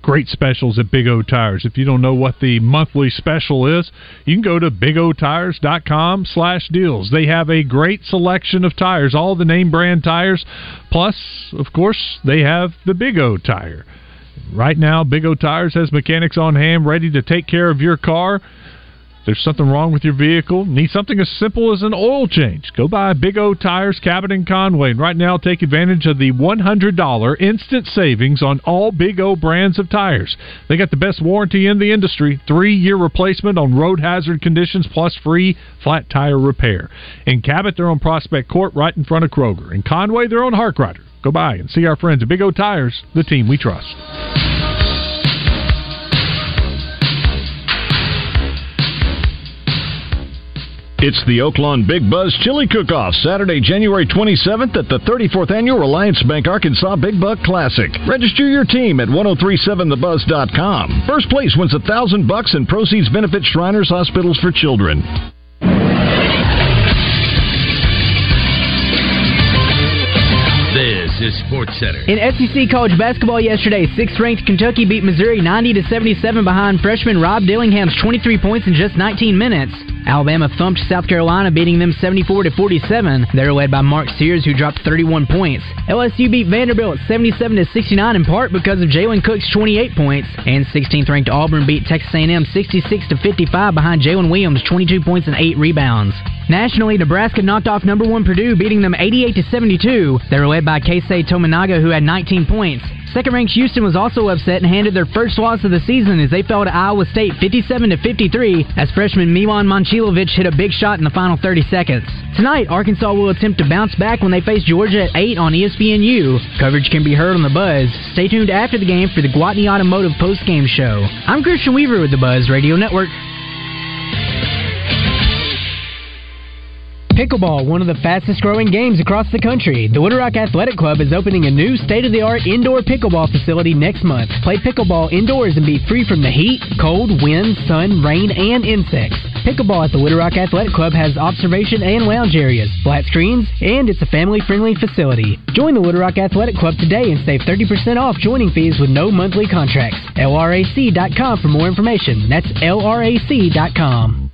Speaker 6: great specials at Big O Tires. If you don't know what the monthly special is, you can go to bigotires.com slash deals. They have a great selection of tires, all the name brand tires. Plus, of course, they have the Big O Tire. Right now, Big O Tires has mechanics on hand ready to take care of your car. There's something wrong with your vehicle. Need something as simple as an oil change. Go buy Big O Tires, Cabot, and Conway. And right now, take advantage of the $100 instant savings on all Big O brands of tires. They got the best warranty in the industry three year replacement on road hazard conditions plus free flat tire repair. In Cabot, they're on Prospect Court right in front of Kroger. In Conway, they're on Harkrider. Go by and see our friends at Big O Tires, the team we trust.
Speaker 9: It's the Oaklawn Big Buzz Chili Cook-Off, Saturday, January 27th at the 34th Annual Reliance Bank Arkansas Big Buck Classic. Register your team at 1037thebuzz.com. First place wins a 1000 bucks and proceeds benefit Shriners Hospitals for Children.
Speaker 10: This is Sports Center.
Speaker 11: In SEC college basketball yesterday, sixth-ranked Kentucky beat Missouri 90 to 77 behind freshman Rob Dillingham's 23 points in just 19 minutes. Alabama thumped South Carolina, beating them 74 to 47. They're led by Mark Sears, who dropped 31 points. LSU beat Vanderbilt 77 to 69 in part because of Jalen Cook's 28 points, and 16th-ranked Auburn beat Texas A&M 66 to 55 behind Jalen Williams' 22 points and eight rebounds. Nationally, Nebraska knocked off number one Purdue, beating them 88 to 72. They were led by Keisei Tominaga, who had 19 points. Second-ranked Houston was also upset and handed their first loss of the season as they fell to Iowa State 57 to 53 as freshman Milan Monchilovich hit a big shot in the final 30 seconds. Tonight, Arkansas will attempt to bounce back when they face Georgia at 8 on E ESPNU. Coverage can be heard on the Buzz. Stay tuned after the game for the Guatney Automotive postgame show. I'm Christian Weaver with the Buzz Radio Network. Pickleball, one of the fastest growing games across the country. The Little Rock Athletic Club is opening a new state of the art indoor pickleball facility next month. Play pickleball indoors and be free from the heat, cold, wind, sun, rain, and insects. Pickleball at the Little Rock Athletic Club has observation and lounge areas, flat screens, and it's a family friendly facility. Join the Little Rock Athletic Club today and save 30% off joining fees with no monthly contracts. LRAC.com for more information. That's LRAC.com.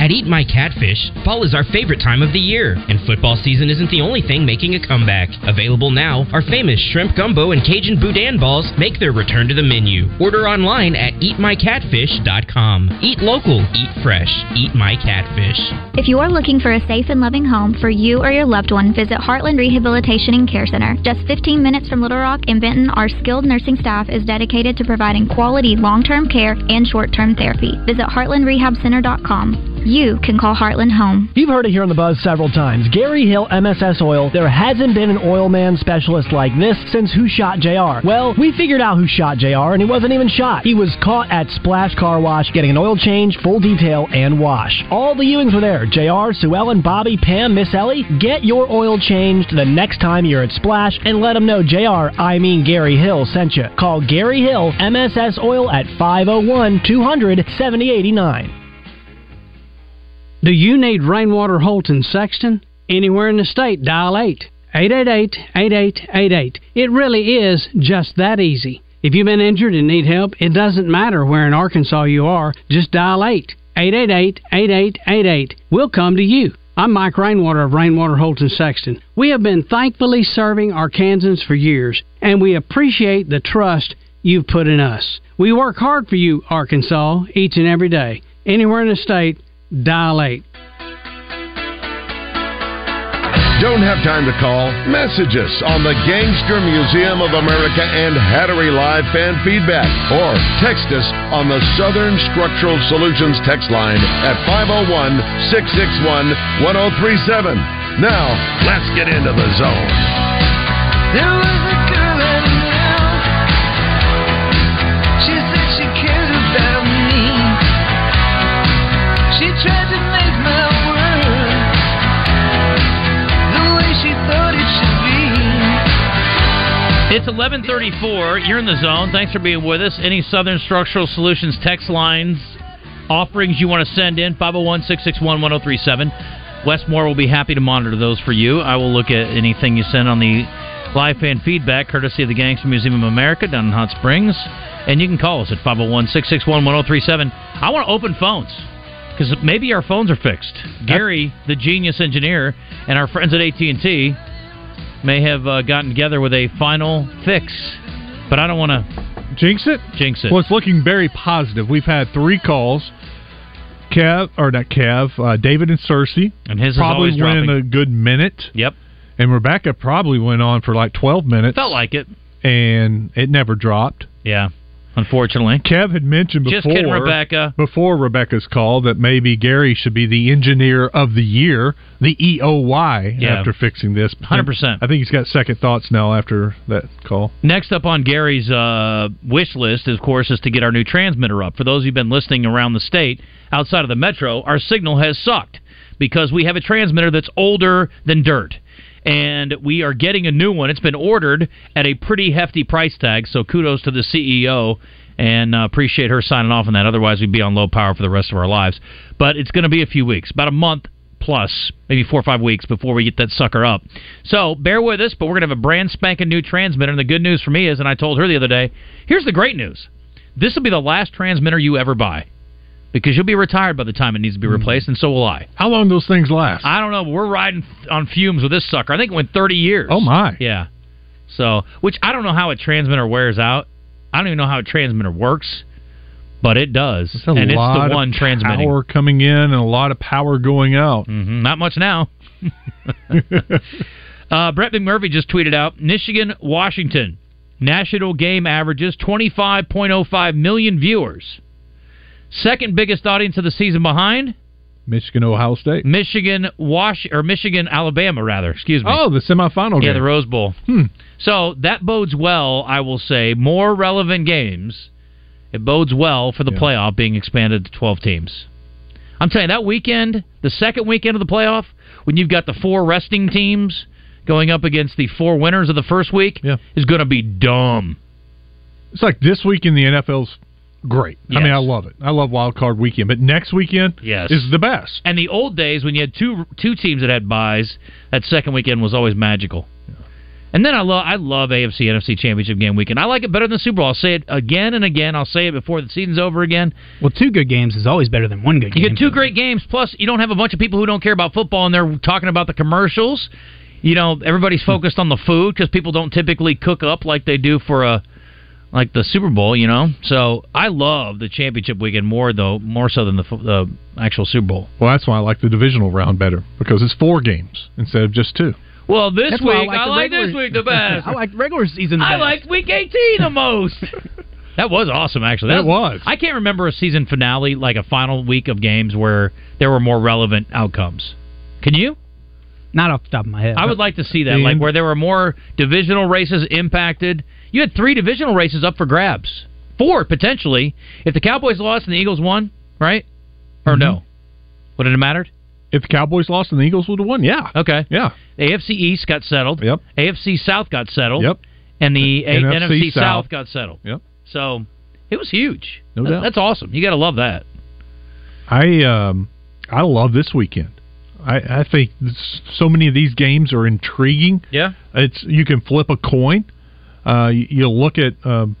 Speaker 12: At Eat My Catfish, fall is our favorite time of the year, and football season isn't the only thing making a comeback. Available now, our famous shrimp gumbo and Cajun boudin balls make their return to the menu. Order online at eatmycatfish.com. Eat local, eat fresh, eat my catfish.
Speaker 13: If you are looking for a safe and loving home for you or your loved one, visit Heartland Rehabilitation and Care Center. Just 15 minutes from Little Rock and Benton, our skilled nursing staff is dedicated to providing quality long term care and short term therapy. Visit heartlandrehabcenter.com. You can call Heartland home.
Speaker 14: You've heard it here on the buzz several times. Gary Hill MSS Oil. There hasn't been an oil man specialist like this since who shot JR. Well, we figured out who shot JR and he wasn't even shot. He was caught at Splash Car Wash getting an oil change, full detail, and wash. All the Ewings were there. JR, Sue Ellen, Bobby, Pam, Miss Ellie. Get your oil changed the next time you're at Splash and let them know JR, I mean Gary Hill, sent you. Call Gary Hill MSS Oil at 501 200 7089.
Speaker 15: Do you need Rainwater Holton Sexton? Anywhere in the state, dial 8. 888-8888. It really is just that easy. If you've been injured and need help, it doesn't matter where in Arkansas you are, just dial 8. 888-8888. We'll come to you. I'm Mike Rainwater of Rainwater Holton Sexton. We have been thankfully serving Arkansans for years, and we appreciate the trust you've put in us. We work hard for you, Arkansas, each and every day. Anywhere in the state, dial 8.
Speaker 2: Don't have time to call? Message us on the Gangster Museum of America and Hattery Live fan feedback or text us on the Southern Structural Solutions text line at 501 661 1037. Now, let's get into the zone.
Speaker 1: She said she cared about me. She tried to make my world the way she thought it should be.
Speaker 5: It's 11:34. You're in the zone. Thanks for being with us. Any Southern Structural Solutions text lines offerings you want to send in 501-661-1037. Westmore will be happy to monitor those for you. I will look at anything you send on the live fan feedback courtesy of the Gangster Museum of America down in Hot Springs, and you can call us at 501-661-1037. I want to open phones because maybe our phones are fixed. Gary, the genius engineer, and our friends at AT&T may have uh, gotten together with a final fix, but I don't want to
Speaker 6: jinx it.
Speaker 5: jinx it.
Speaker 6: Well, it's looking very positive. We've had three calls Kev or not Kev, uh, David and Cersei,
Speaker 5: and his is
Speaker 6: probably
Speaker 5: always
Speaker 6: went in
Speaker 5: dropping.
Speaker 6: a good minute.
Speaker 5: Yep.
Speaker 6: And Rebecca probably went on for like twelve minutes.
Speaker 5: Felt like it.
Speaker 6: and it never dropped.
Speaker 5: Yeah, unfortunately.
Speaker 6: Kev had mentioned before
Speaker 5: Just kidding, Rebecca.
Speaker 6: before Rebecca's call that maybe Gary should be the engineer of the year, the EOY
Speaker 5: Yeah.
Speaker 6: after fixing this.
Speaker 5: 100%.
Speaker 6: I think he's got second thoughts now after that call.
Speaker 5: Next up on Gary's uh, wish list, of course, is to get our new transmitter up. For those who've been listening around the state, outside of the metro, our signal has sucked because we have a transmitter that's older than dirt. And we are getting a new one. It's been ordered at a pretty hefty price tag, so kudos to the CEO and uh, appreciate her signing off on that. Otherwise, we'd be on low power for the rest of our lives. But it's going to be a few weeks, about a month plus, maybe four or five weeks before we get that sucker up. So bear with us, but we're going to have a brand spanking new transmitter. And the good news for me is, and I told her the other day, here's the great news this will be the last transmitter you ever buy because you'll be retired by the time it needs to be replaced, and so will I.
Speaker 6: Hmm. How long those things last?
Speaker 5: I don't know. but We're riding f- on fumes with this sucker. I think it went 30 years.
Speaker 6: Oh, my.
Speaker 5: Yeah. So, which I don't know how a transmitter wears out. I don't even know how a transmitter works, but it does.
Speaker 6: A
Speaker 5: and it's
Speaker 6: lot
Speaker 5: the
Speaker 6: of
Speaker 5: one transmitting.
Speaker 6: Power coming in and a lot of power going out.
Speaker 5: Mm-hmm. Not much now. Uh, Brett McMurphy just tweeted out Michigan, Washington. National game averages 25.05 million viewers. Second biggest audience of the season behind
Speaker 6: Michigan, Ohio State.
Speaker 5: Michigan, Wash or Michigan, Alabama rather. Excuse me.
Speaker 6: Oh, the semifinal
Speaker 5: yeah,
Speaker 6: game.
Speaker 5: the Rose Bowl.
Speaker 6: Hmm.
Speaker 5: So that bodes well, I will say, more relevant games. It bodes well for the playoff being expanded to 12 teams. I'm telling you, that weekend, the second weekend of the playoff, when you've got the four resting teams going up against the four winners of the first week, is going to be dumb.
Speaker 6: It's like this week in the NFL's great. I mean,
Speaker 5: Yes.
Speaker 6: I love it. I love Wild Card Weekend, but next weekend
Speaker 5: Yes.
Speaker 6: is the best.
Speaker 5: And the old days when you had two two teams that had buys, that second weekend was always magical. And then I love I love AFC NFC Championship game weekend. I like it better than the Super Bowl. I'll say it again and again. I'll say it before the season's over again.
Speaker 15: Well, two good games is always better than one good
Speaker 5: You
Speaker 15: game.
Speaker 5: get two great games. Plus, you don't have a bunch of people who don't care about football and they're talking about the commercials. You know, everybody's
Speaker 15: Hmm.
Speaker 5: focused on the food because people don't typically cook up like they do for a like the Super Bowl. You know, so I love the championship weekend more though, more so than the fo- the actual Super Bowl.
Speaker 6: Well, that's why I like the divisional round better because it's four games instead of just two.
Speaker 5: Well, this
Speaker 7: That's
Speaker 5: week
Speaker 7: why I
Speaker 5: I like,
Speaker 7: like the
Speaker 5: this
Speaker 7: regular-
Speaker 5: week the best.
Speaker 7: I like regular season. the
Speaker 5: I
Speaker 7: best.
Speaker 5: like week eighteen the most. that was awesome, actually.
Speaker 7: It was.
Speaker 5: I can't remember a season finale like a final week of games where there were more relevant outcomes. Can you?
Speaker 15: Not off the top of my head.
Speaker 5: I would like to see that,
Speaker 15: Ian?
Speaker 6: Mm-hmm.
Speaker 5: like where there were more divisional races impacted. You had three divisional races up for grabs, four potentially. If the Cowboys lost and the Eagles won, right? Or no? Would it have mattered?
Speaker 6: If the Cowboys Mm-hmm. lost and the Eagles would have won, yeah.
Speaker 5: Okay.
Speaker 6: Yeah.
Speaker 5: AFC East got settled.
Speaker 6: Yep.
Speaker 5: AFC South got settled.
Speaker 6: Yep.
Speaker 5: And the A-
Speaker 6: NFC
Speaker 5: NFC,
Speaker 6: South.
Speaker 5: South. got settled.
Speaker 6: Yep.
Speaker 5: So it was huge.
Speaker 6: No
Speaker 5: That-
Speaker 6: doubt.
Speaker 5: That's awesome. You got to love that.
Speaker 6: I um, I love this weekend. I, I think s- so many of these games are intriguing.
Speaker 5: Yeah.
Speaker 6: It's you can flip a coin. Uh, you, you look at um,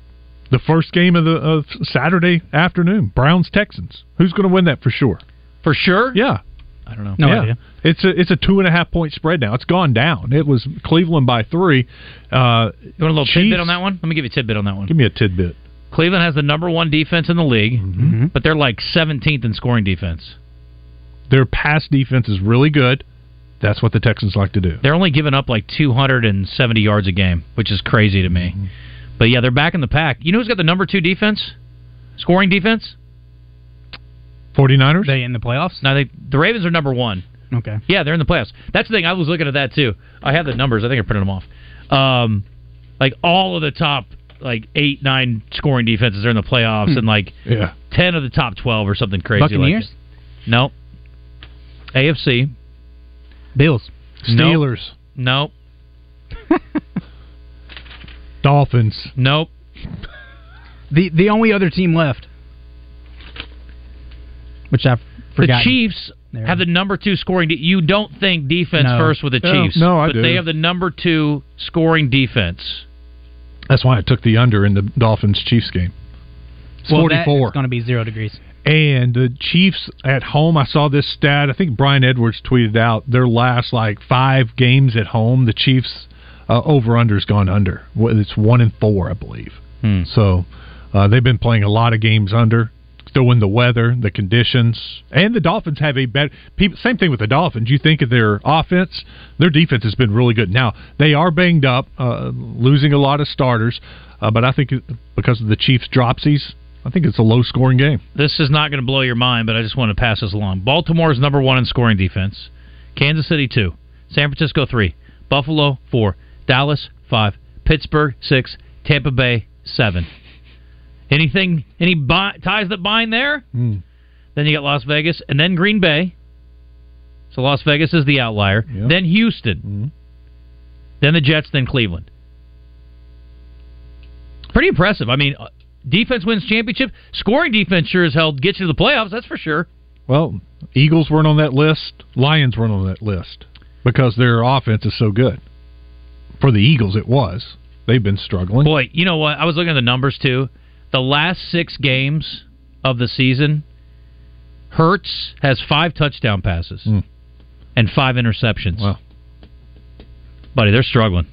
Speaker 6: the first game of the of Saturday afternoon, Browns Texans. Who's going to win that for sure?
Speaker 5: For sure.
Speaker 6: Yeah.
Speaker 5: I don't know.
Speaker 6: yeah. It's a it's a two and a half point spread now. It's gone down. It was Cleveland by three. Uh, you want
Speaker 5: a little tidbit on that one? Let me give you a tidbit on that one.
Speaker 6: Give me a tidbit.
Speaker 5: Cleveland has the number one defense in the league,
Speaker 6: Mm-hmm.
Speaker 5: but they're like 17th in scoring defense.
Speaker 6: Their pass defense is really good. That's what the Texans like to do.
Speaker 5: They're only giving up like 270 yards a game, which is crazy to me.
Speaker 6: Mm-hmm.
Speaker 5: But yeah, they're back in the pack. You know who's got the number two defense? Scoring defense?
Speaker 6: 49ers?
Speaker 5: They in the playoffs? No, they, the Ravens are number one.
Speaker 15: Okay.
Speaker 5: Yeah, they're in the playoffs. That's the thing. I was looking at that too. I have the numbers. I think I printed them off. Um, like all of the top like eight, nine scoring defenses are in the playoffs,
Speaker 15: Hmm.
Speaker 5: and like
Speaker 6: Yeah.
Speaker 5: ten of the top twelve or something crazy.
Speaker 15: Buccaneers?
Speaker 5: Like that. Nope. AFC.
Speaker 15: Bills.
Speaker 6: Steelers.
Speaker 5: Nope.
Speaker 6: Dolphins.
Speaker 5: Nope.
Speaker 15: The the only other team left, which I've
Speaker 5: The
Speaker 15: forgotten.
Speaker 5: Chiefs have the number two scoring. De- you don't think defense
Speaker 15: No.
Speaker 5: first with the
Speaker 15: No,
Speaker 5: Chiefs,
Speaker 6: Oh, no, I
Speaker 5: but
Speaker 6: do.
Speaker 5: they have the number two scoring defense.
Speaker 6: That's why I took the under in the Dolphins Chiefs game. It's
Speaker 15: well, that
Speaker 6: 44.
Speaker 15: is going to be zero degrees.
Speaker 6: And the Chiefs at home, I saw this stat. I think Brian Edwards tweeted out their last like five games at home. The Chiefs uh, over under's gone under. Well, It's one and four, I believe. So uh, they've been playing a lot of games under. Throw in the weather, the conditions, and the Dolphins have a better. People, same thing with the Dolphins. You think of their offense, their defense has been really good. Now they are banged up, uh, losing a lot of starters, uh, but I think it- because of the Chiefs' dropsies, I think it's a low-scoring game.
Speaker 5: This is not going to blow your mind, but I just want to pass this along. Baltimore is number one in scoring defense. Kansas City two, San Francisco three, Buffalo four, Dallas five, Pittsburgh six, Tampa Bay seven. Anything? Any bi- ties that bind there? Then you got Las Vegas, and then Green Bay. So Las Vegas is the outlier. Then Houston. Then the Jets. Then Cleveland. Pretty impressive. I mean, uh, defense wins championship. Scoring defense sure as hell gets you to the playoffs. That's for sure.
Speaker 6: Well, Eagles weren't on that list. Lions weren't on that list because their offense is so good. For the Eagles, it was. They've been struggling.
Speaker 5: Boy, you know what? I was looking at the numbers too. The last six games of the season, Hertz has five touchdown passes and five interceptions. Wow. Buddy, they're struggling.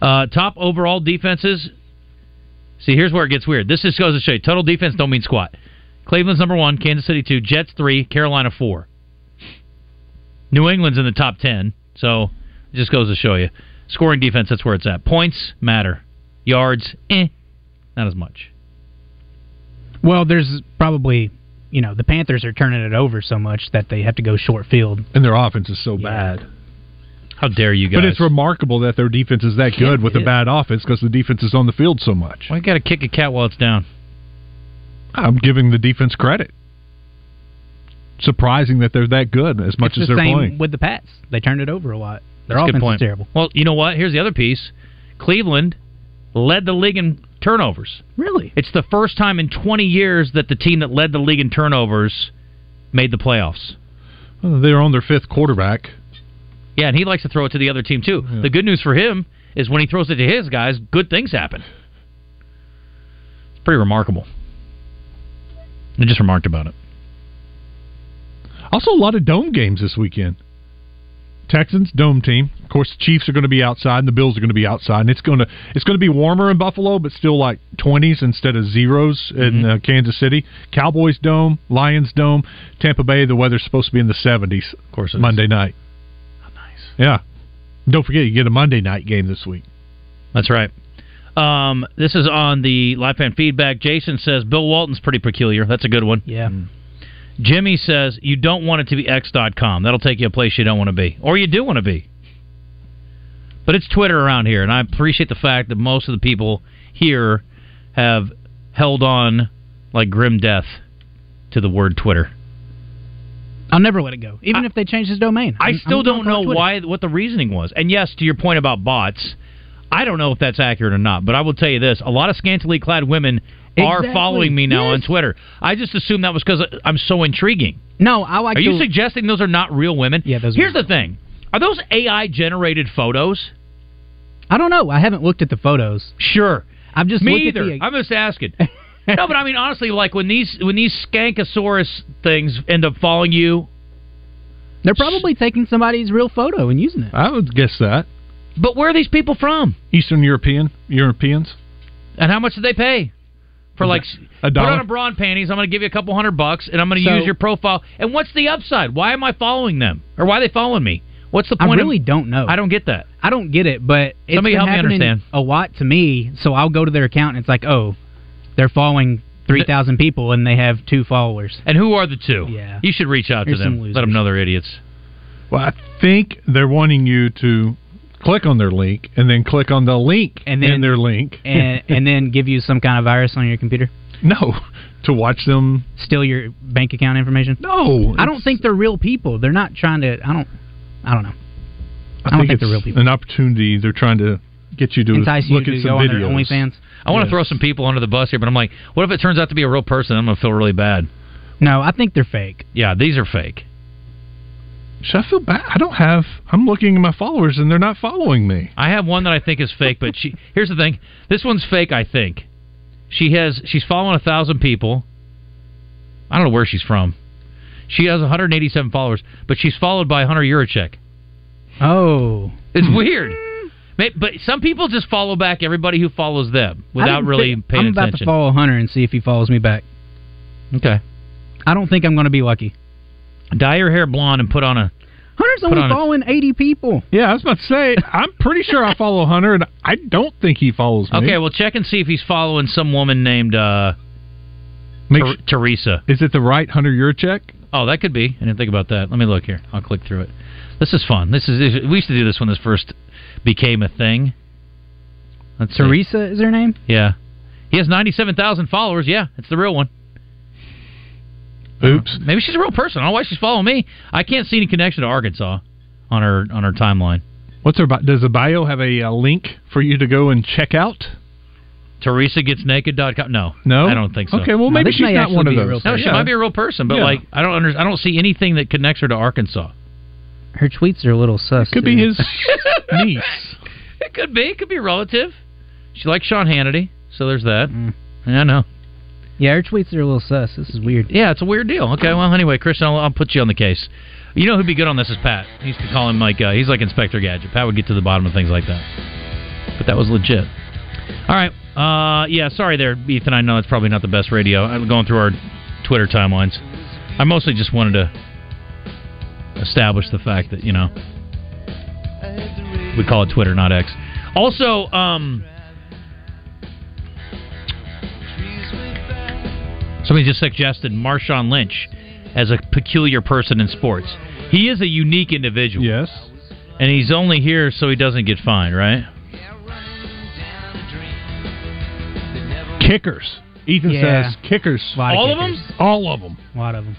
Speaker 5: Uh, top overall defenses. See, here's where it gets weird. This just goes to show you total defense don't mean squat. Cleveland's number one, Kansas City two, Jets three, Carolina four. New England's in the top ten, so it just goes to show you. Scoring defense, that's where it's at. Points matter. Yards, eh, not as much.
Speaker 7: Well, there's probably, you know, the Panthers are turning it over so much that they have to go short field.
Speaker 6: And their offense is so bad.
Speaker 5: How dare you
Speaker 6: But
Speaker 7: guys.
Speaker 6: it's remarkable that their defense is that good with a
Speaker 5: it-
Speaker 6: bad offense because the defense is on the field so much.
Speaker 5: Why you got to kick a cat while it's down?
Speaker 6: I'm giving the defense credit. Surprising that they're that good as much
Speaker 7: it's
Speaker 6: as
Speaker 7: the
Speaker 6: they're
Speaker 7: same
Speaker 6: playing.
Speaker 7: with the Pats. They turned it over a lot. Their
Speaker 5: That's a
Speaker 7: offense
Speaker 5: good point.
Speaker 7: is terrible.
Speaker 5: Well, you know what? Here's the other piece. Cleveland led the league in turnovers.
Speaker 7: Really?
Speaker 5: It's the first time in 20 years that the team that led the league in turnovers made the playoffs.
Speaker 6: Well, They're on their fifth quarterback.
Speaker 5: Yeah, and he likes to throw it to the other team too. The good news for him is when he throws it to his guys, good things happen. It's pretty remarkable. I just remarked about it.
Speaker 6: Also, a lot of dome games this weekend. Texans dome team. Of course, the Chiefs are going to be outside, and the Bills are going to be outside, and it's going to it's going to be warmer in Buffalo, but still like twenties instead of zeros in uh, Kansas City. Cowboys dome, Lions dome, Tampa Bay. The weather's supposed to be in the seventies. Of course, Monday night. How nice. Yeah. Don't forget, you get a Monday night game this week.
Speaker 5: That's right. Um, this is on the live fan feedback. Jason says Bill Walton's pretty peculiar. That's a good one.
Speaker 7: Yeah.
Speaker 5: Jimmy says you don't want it to be X.com. That'll take you a place you don't want to be, or you do want to be. But it's Twitter around here, and I appreciate the fact that most of the people here have held on like grim death to the word Twitter.
Speaker 7: I'll never let it go, even if they change his domain.
Speaker 5: I
Speaker 7: I'm-
Speaker 5: still
Speaker 7: I'm
Speaker 5: don't
Speaker 7: going
Speaker 5: know
Speaker 7: for Twitter.
Speaker 5: why what the reasoning was. And yes, to your point about bots, I don't know if that's accurate or not, but I will tell you this, a lot of scantily clad women
Speaker 7: Exactly.
Speaker 5: are following me now on
Speaker 7: Yes.
Speaker 5: Twitter. I just assume that was cuz I'm so intriguing.
Speaker 7: No, I like.
Speaker 5: are you
Speaker 7: to-
Speaker 5: suggesting those are not real women? Yeah, those Here's the thing. Are those AI generated photos?
Speaker 7: I don't know. I haven't looked at the photos.
Speaker 5: Sure.
Speaker 7: I've just
Speaker 5: me
Speaker 7: looked
Speaker 5: either.
Speaker 7: At the,
Speaker 5: I'm just asking. no, but I mean honestly, like when these when these skankosaurus things end up following you,
Speaker 7: they're probably taking somebody's real photo and using it.
Speaker 6: I would guess that.
Speaker 5: But where are these people from?
Speaker 6: Eastern European Europeans.
Speaker 5: and how much did they pay? For like
Speaker 6: A
Speaker 5: Put
Speaker 6: dollar.
Speaker 5: on a bra and panties. I'm going to give you a couple hundred bucks, and I'm going to
Speaker 7: So-
Speaker 5: use your profile. And what's the upside? Why am I following them, or why are they following me? What's the
Speaker 7: I
Speaker 5: point? of-
Speaker 7: really don't know.
Speaker 5: I don't get that.
Speaker 7: I don't get it, but it's
Speaker 5: Somebody
Speaker 7: been
Speaker 5: help me
Speaker 7: happening
Speaker 5: understand.
Speaker 7: a lot to me. So I'll go to their account and it's like, oh, they're following three thousand people and they have two followers.
Speaker 5: And who are the two?
Speaker 7: Yeah.
Speaker 5: You should reach out
Speaker 7: Here's
Speaker 5: to
Speaker 7: some
Speaker 5: them. Let them know they're idiots.
Speaker 6: Well, I think they're wanting you to click on their link and then click on the link and then
Speaker 7: then-
Speaker 6: their link
Speaker 7: and and then give you some kind of virus on your computer.
Speaker 6: No, to watch them
Speaker 7: steal your bank account information.
Speaker 6: No,
Speaker 7: I don't think they're real people. They're not trying to. I don't. I don't know. I don't think
Speaker 6: it's
Speaker 7: they're real people.
Speaker 6: An opportunity they're trying to get you to
Speaker 7: Entice you
Speaker 6: look
Speaker 7: to
Speaker 6: at
Speaker 7: go
Speaker 6: some
Speaker 7: on
Speaker 6: videos.
Speaker 7: their OnlyFans.
Speaker 5: I want to
Speaker 7: Yeah.
Speaker 5: throw some people under the bus here, but I'm like, what if it turns out to be a real person? I'm going to feel really bad.
Speaker 7: No, I think they're fake.
Speaker 5: Yeah, these are fake.
Speaker 6: Should I feel bad? I don't have. I'm looking at my followers and they're not following me.
Speaker 5: I have one that I think is fake, but she here's the thing. This one's fake, I think. She has she's following a thousand people. I don't know where she's from. She has 187 followers, but she's followed by Hunter Yurichek.
Speaker 7: Oh,
Speaker 5: It's
Speaker 6: Hmm.
Speaker 5: weird. May- But some people just follow back everybody who follows them
Speaker 7: I
Speaker 5: without
Speaker 7: didn't
Speaker 5: really
Speaker 7: think-
Speaker 5: paying
Speaker 7: I'm about
Speaker 5: attention.
Speaker 7: to follow Hunter and see if he follows me back.
Speaker 5: Okay.
Speaker 7: I don't think I'm going to be lucky.
Speaker 5: Dye your hair blonde and put on a.
Speaker 7: Hunter's
Speaker 5: Put
Speaker 7: only
Speaker 5: on a-
Speaker 7: following 80 people.
Speaker 6: Yeah, I was about to say, I'm pretty sure I follow Hunter, and I don't think he follows me.
Speaker 5: Okay, well check and see if he's following some woman named uh, Ter- Teresa.
Speaker 6: Is it the right Hunter Yurchek?
Speaker 5: Oh, that could be. I didn't think about that. Let me look here. I'll click through it. This is fun. This is we used to do this when this first became a thing. Let's see.
Speaker 7: Teresa is her name?
Speaker 5: Yeah. He has 97,000 followers. Yeah, it's the real one. Uh,
Speaker 6: Oops.
Speaker 5: Maybe she's a real person. I don't know why she's following me. I can't see any connection to Arkansas on her on her timeline.
Speaker 6: What's her? bi- Does the bio have a, uh link for you to go and check out?
Speaker 5: TeresaGetsNaked.com. No.
Speaker 6: No?
Speaker 5: I don't think so.
Speaker 6: Okay, well, No, maybe this she's may not actually one of be a those. real
Speaker 5: No, she
Speaker 6: person.
Speaker 5: might be a real person, but
Speaker 6: Yeah.
Speaker 5: like I don't under, I don't see anything that connects her to Arkansas.
Speaker 7: Her tweets are a little sus.
Speaker 5: could be
Speaker 7: too.
Speaker 5: his- Niece. it could be. It could be relative. She likes Sean Hannity, so there's that.
Speaker 6: Mm.
Speaker 5: Yeah, I know.
Speaker 7: Yeah, her tweets are a little sus. This is weird.
Speaker 5: Yeah, it's a weird deal. Oh, Okay, well, anyway, Christian, I'll, I'll put you on the case. You know who'd be good on this is Pat. He used to call him like uh, he's like Inspector Gadget. Pat would get to the bottom of things like that. But that was legit. All right. Uh, yeah, sorry there, Ethan. I know it's probably not the best radio. I'm going through our Twitter timelines. I mostly just wanted to establish the fact that you know we call it Twitter, not X. Also, um, somebody just suggested Marshawn Lynch as a peculiar person in sports. He is a unique individual. Yes. And he's only here so he doesn't get fined, right?
Speaker 6: Kickers. Ethan
Speaker 7: Yeah.
Speaker 6: says kickers.
Speaker 7: Lot
Speaker 6: All of
Speaker 7: kickers.
Speaker 6: them? All of them.
Speaker 7: A lot of them.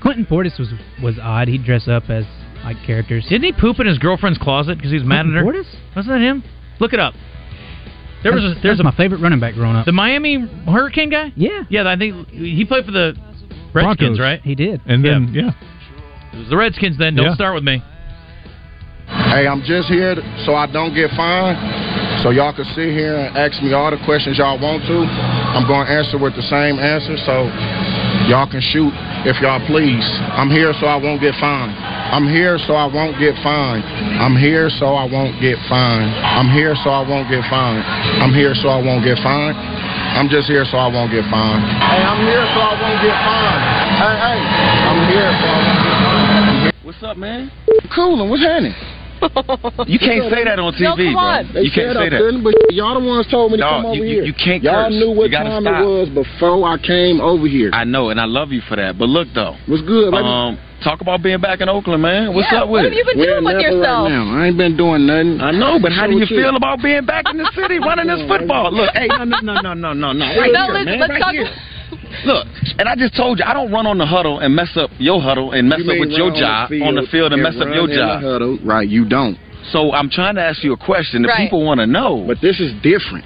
Speaker 7: Quentin Portis was was odd. He'd dress up as like characters.
Speaker 5: Didn't he poop in his girlfriend's closet because he was mad at her?
Speaker 7: Portis?
Speaker 5: Wasn't that him? Look it up. There was a,
Speaker 7: That's-
Speaker 5: there's
Speaker 7: that's
Speaker 5: a
Speaker 7: my favorite running back growing up.
Speaker 5: the Miami Hurricane guy.
Speaker 7: Uh, Yeah,
Speaker 5: yeah. I think he played for the Redskins, right?
Speaker 7: He did.
Speaker 6: And then, yeah.
Speaker 5: It was the Redskins. Then don't
Speaker 16: Yeah.
Speaker 5: start with me.
Speaker 16: Hey, I'm just here so I don't get fined. So y'all can sit here and ask me all the questions y'all want to. I'm going to answer with the same answer. So y'all can shoot if y'all please. I'm here so I won't get fined. I'm here so I won't get fined. I'm here so I won't get fined. I'm here so I won't get fined. I'm here so I won't get fined. I'm just here so I won't get fined. Hey, I'm here so I won't get fined. Hey, hey, I'm here so I won't get fined. What's up, man? Coolin', what's happening?
Speaker 4: You can't say that on TV,
Speaker 16: no, come
Speaker 4: bro.
Speaker 16: on. They
Speaker 4: You can't
Speaker 16: said
Speaker 4: say
Speaker 16: I
Speaker 4: that.
Speaker 16: couldn't, but y'all the ones told me to
Speaker 4: Dog,
Speaker 16: come over
Speaker 4: you- you-
Speaker 16: here.
Speaker 4: you can't
Speaker 16: Y'all
Speaker 4: curse.
Speaker 16: knew
Speaker 4: You
Speaker 16: what
Speaker 4: gotta
Speaker 16: time
Speaker 4: stop.
Speaker 16: it was before I came over here.
Speaker 4: I know, and I love you for that. But look though,
Speaker 16: what's good? baby?
Speaker 4: Um, talk about being back in Oakland, man. What's
Speaker 16: Yeah,
Speaker 4: up
Speaker 16: what
Speaker 4: with
Speaker 16: have
Speaker 4: it?
Speaker 16: you been We're doing with never right yourself? now. I ain't been doing nothing.
Speaker 4: I know, but how
Speaker 16: So
Speaker 4: do you
Speaker 16: what you-
Speaker 4: feel about being back in the city, running this football? Look, hey, no, no, no, no, no, Oh, no, no, right
Speaker 17: No,
Speaker 4: here,
Speaker 17: let's-
Speaker 4: man,
Speaker 17: let's
Speaker 4: right
Speaker 17: talk-
Speaker 4: here. Look, and I just told you, I don't run on the huddle and mess up your huddle and mess
Speaker 16: You
Speaker 4: up
Speaker 16: may
Speaker 4: with your
Speaker 16: run on
Speaker 4: job
Speaker 16: the
Speaker 4: on the
Speaker 16: field
Speaker 4: field and
Speaker 16: and
Speaker 4: mess up
Speaker 16: run
Speaker 4: your
Speaker 16: in the
Speaker 4: job.
Speaker 16: huddle. Right, you don't.
Speaker 4: So I'm trying to ask you a question that
Speaker 16: Right.
Speaker 4: people want to know. But
Speaker 16: this is different.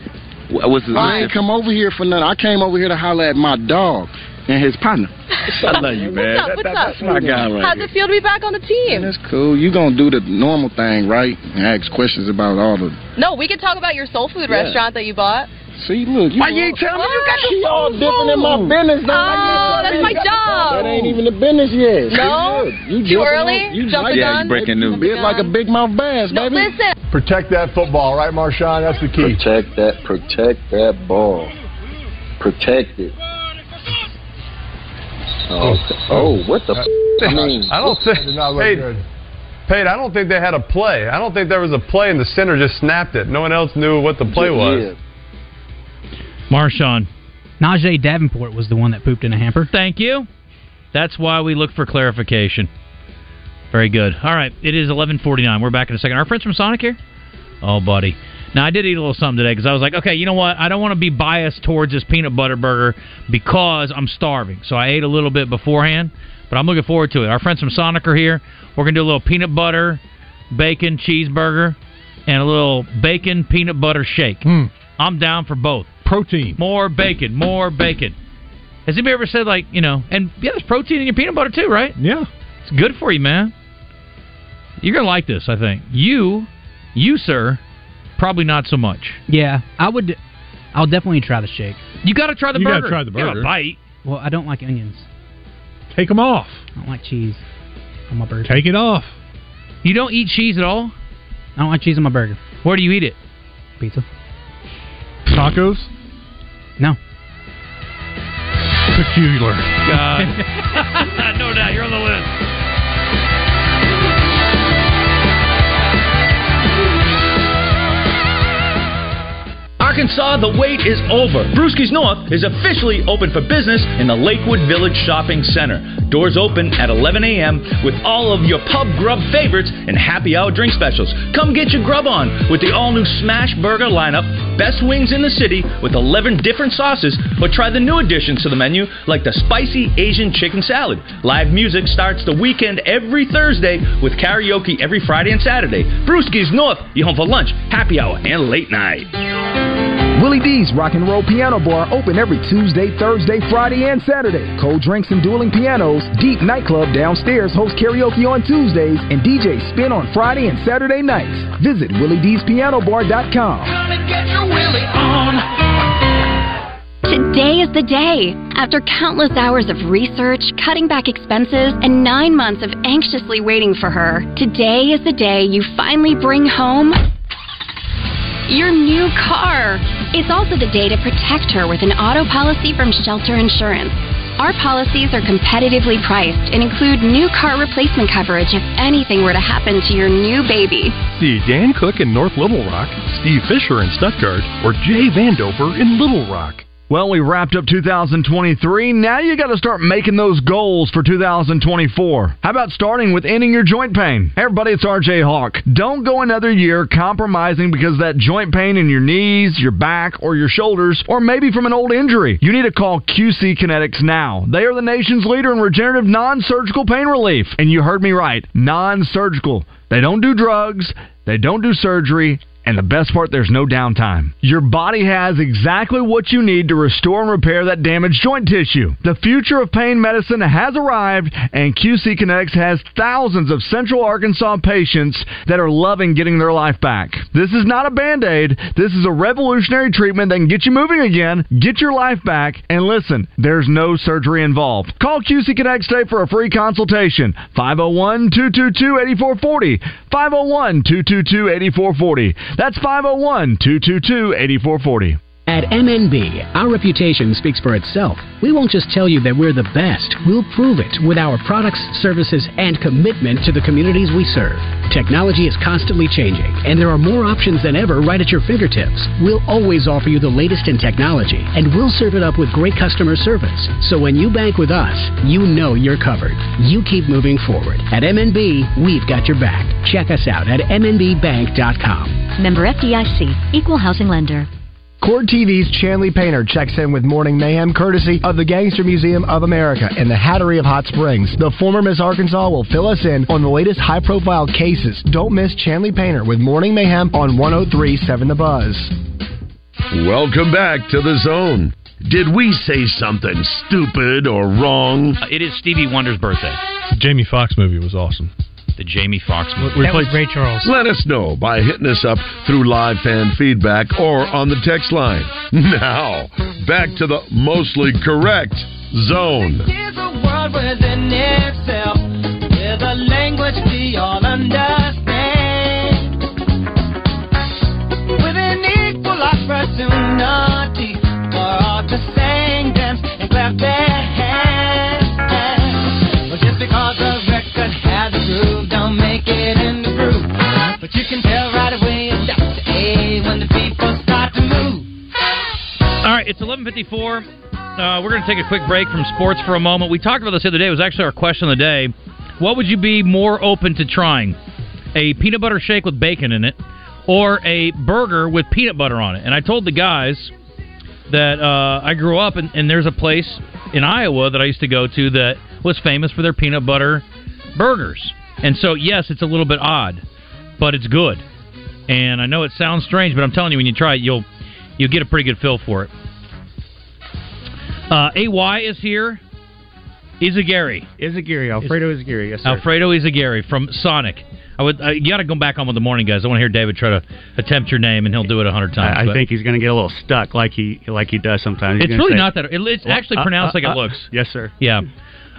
Speaker 4: What's the
Speaker 16: I ain't come over here for nothing. I came over here to holler at my dog and his partner. I love you, man.
Speaker 17: What's up? What's up?
Speaker 16: that's my guy right
Speaker 17: How's
Speaker 16: here.
Speaker 17: it feel to be back on the team?
Speaker 16: Cool. You gonna do the normal thing, right? And ask questions about all the.
Speaker 17: No, we can talk about your soul food
Speaker 16: Yeah.
Speaker 17: restaurant that you bought.
Speaker 16: See, look. You
Speaker 17: Why you ain't
Speaker 16: tell
Speaker 17: telling me you got the
Speaker 16: She all
Speaker 17: soul
Speaker 16: different in my
Speaker 17: food?
Speaker 16: business. though. Why you ain't
Speaker 17: Oh,
Speaker 16: telling
Speaker 17: that's
Speaker 16: me
Speaker 17: my
Speaker 16: you got the-
Speaker 17: job.
Speaker 16: That ain't even the business yet.
Speaker 17: No?
Speaker 16: See, look, you
Speaker 17: Too
Speaker 16: jumping
Speaker 17: early?
Speaker 16: on- You
Speaker 17: Jump the
Speaker 16: jumping
Speaker 17: gun?
Speaker 16: on-
Speaker 17: Breaking
Speaker 16: you
Speaker 17: news.
Speaker 16: Bit like a big mouth bass,
Speaker 17: No,
Speaker 16: baby.
Speaker 17: listen.
Speaker 18: Protect that football, right, Marshawn? That's the key. Protect that. Protect that ball. Protect it. Oh, oh what the?
Speaker 19: I don't think. Pate, Pate, Uh, I don't think they had a play. I don't think there was a play, and the center just snapped it. No one else knew what the play was.
Speaker 5: Marshawn.
Speaker 7: Najee Davenport was the one that pooped in a hamper.
Speaker 5: Thank you. That's why we look for clarification. Very good. All right, it is 11:49. We're back in a second. Our friends from Sonic here. Oh, buddy. Now I did eat a little something today because I was like, okay, you know what? I don't want to be biased towards this peanut butter burger because I'm starving. So I ate a little bit beforehand, but I'm looking forward to it. Our friends from Sonic are here. We're gonna do a little peanut butter, bacon cheeseburger, and a little bacon peanut butter shake. I'm down for both.
Speaker 6: Protein.
Speaker 5: More bacon. More bacon. Has anybody ever said like you know? And yeah, there's protein in your peanut butter too, right?
Speaker 6: Yeah,
Speaker 5: it's good for you, man. You're gonna like this, I think. You, you sir, probably not so much.
Speaker 7: Yeah, I would. I'll definitely try the shake.
Speaker 5: You gotta try the
Speaker 7: You gotta
Speaker 5: burger.
Speaker 7: try the
Speaker 5: Give it
Speaker 7: burger.
Speaker 5: a bite.
Speaker 7: Well, I don't like onions.
Speaker 6: Take them off.
Speaker 7: I don't like cheese on my burger.
Speaker 6: Take it off.
Speaker 5: You don't eat cheese at all?
Speaker 7: I don't like cheese on my burger.
Speaker 5: Where do you eat it?
Speaker 7: Pizza.
Speaker 6: Tacos?
Speaker 7: No.
Speaker 6: peculiar.
Speaker 1: God. no doubt, you're on the list.
Speaker 20: Arkansas, the wait is over. Brewski's North is officially open for business in the Lakewood Village Shopping Center. Doors open at 11 a.m. with all of your pub grub favorites and happy hour drink specials. Come get your grub on with the all new Smash Burger lineup, best wings in the city with 11 different sauces, or try the new additions to the menu like the spicy Asian chicken salad. Live music starts the weekend every Thursday with karaoke every Friday and Saturday. Brewski's North, you home for lunch, happy hour, and late night.
Speaker 21: Willie D's Rock and Roll Piano Bar open every Tuesday, Thursday, Friday, and Saturday. Cold drinks and dueling pianos. Deep Nightclub downstairs hosts karaoke on Tuesdays and DJ Spin on Friday and Saturday nights. Visit WillieD'sPianoBar.com.
Speaker 22: Today is the day. After countless hours of research, cutting back expenses, and nine months of anxiously waiting for her, today is the day you finally bring home your new car. It's also the day to protect her with an auto policy from Shelter Insurance. Our policies are competitively priced and include new car replacement coverage if anything were to happen to your new baby.
Speaker 23: See Dan Cook in North Little Rock, Steve Fisher in Stuttgart, or Jay Vandover in Little Rock.
Speaker 24: Well, we wrapped up 2023. Now you got to start making those goals for 2024. How about starting with ending your joint pain? Hey, everybody, it's RJ Hawk. Don't go another year compromising because of that joint pain in your knees, your back, or your shoulders, or maybe from an old injury. You need to call QC Kinetics now. They are the nation's leader in regenerative non surgical pain relief. And you heard me right non surgical. They don't do drugs, they don't do surgery. And the best part, there's no downtime. Your body has exactly what you need to restore and repair that damaged joint tissue. The future of pain medicine has arrived, and QC Kinetics has thousands of Central Arkansas patients that are loving getting their life back. This is not a band aid, this is a revolutionary treatment that can get you moving again, get your life back, and listen, there's no surgery involved. Call QC Kinetics today for a free consultation 501 222 8440. 501 222 8440. oh. That's 501 222 8440.
Speaker 25: At MNB, our reputation speaks for itself. We won't just tell you that we're the best, we'll prove it with our products, services, and commitment to the communities we serve. Technology is constantly changing, and there are more options than ever right at your fingertips. We'll always offer you the latest in technology, and we'll serve it up with great customer service. So when you bank with us, you know you're covered. You keep moving forward. At MNB, we've got your back. Check us out at MNBBank.com.
Speaker 26: Member FDIC, Equal Housing Lender.
Speaker 21: Cord TV's Chanley Painter checks in with Morning Mayhem courtesy of the Gangster Museum of America in the Hattery of Hot Springs. The former Miss Arkansas will fill us in on the latest high profile cases. Don't miss Chanley Painter with Morning Mayhem on 1037 The Buzz.
Speaker 27: Welcome back to the zone. Did we say something stupid or wrong?
Speaker 28: It is Stevie Wonder's birthday.
Speaker 27: Jamie Foxx movie was awesome.
Speaker 28: The Jamie Foxx movie.
Speaker 27: Ray Charles. Let us know by hitting us up through live fan feedback or on the text line. Now, back to the mostly correct zone.
Speaker 1: Is a world within itself with a language we all understand. With an equal opportunity for all to sing, dance, and clap their hands. Well, just because a record has a groove, don't make it in the groove. But you can tell right away it's just A when the people start to move.
Speaker 5: All right, it's 11:54. Uh, we're going to take a quick break from sports for a moment. We talked about this the other day. It was actually our question of the day. What would you be more open to trying? A peanut butter shake with bacon in it, or a burger with peanut butter on it? And I told the guys that uh, I grew up, and, and there's a place in Iowa that I used to go to that was famous for their peanut butter burgers. And so, yes, it's a little bit odd, but it's good. And I know it sounds strange, but I'm telling you, when you try it, you'll you'll get a pretty good feel for it. Uh, AY is here. Izagiri.
Speaker 29: Izagiri. Alfredo Izagiri. Yes, sir.
Speaker 5: Alfredo Izagiri from Sonic. I would. Uh, you got to go back on with the morning guys. I want to hear David try to attempt your name, and he'll do it a hundred times.
Speaker 29: I, I
Speaker 5: but
Speaker 29: think he's going to get a little stuck, like he like he does sometimes. He's
Speaker 5: it's
Speaker 29: gonna
Speaker 5: really
Speaker 29: say,
Speaker 5: not that. It, it's actually
Speaker 29: Uh,
Speaker 5: pronounced
Speaker 29: uh,
Speaker 5: like it
Speaker 29: uh,
Speaker 5: looks.
Speaker 29: Yes, sir.
Speaker 5: Yeah.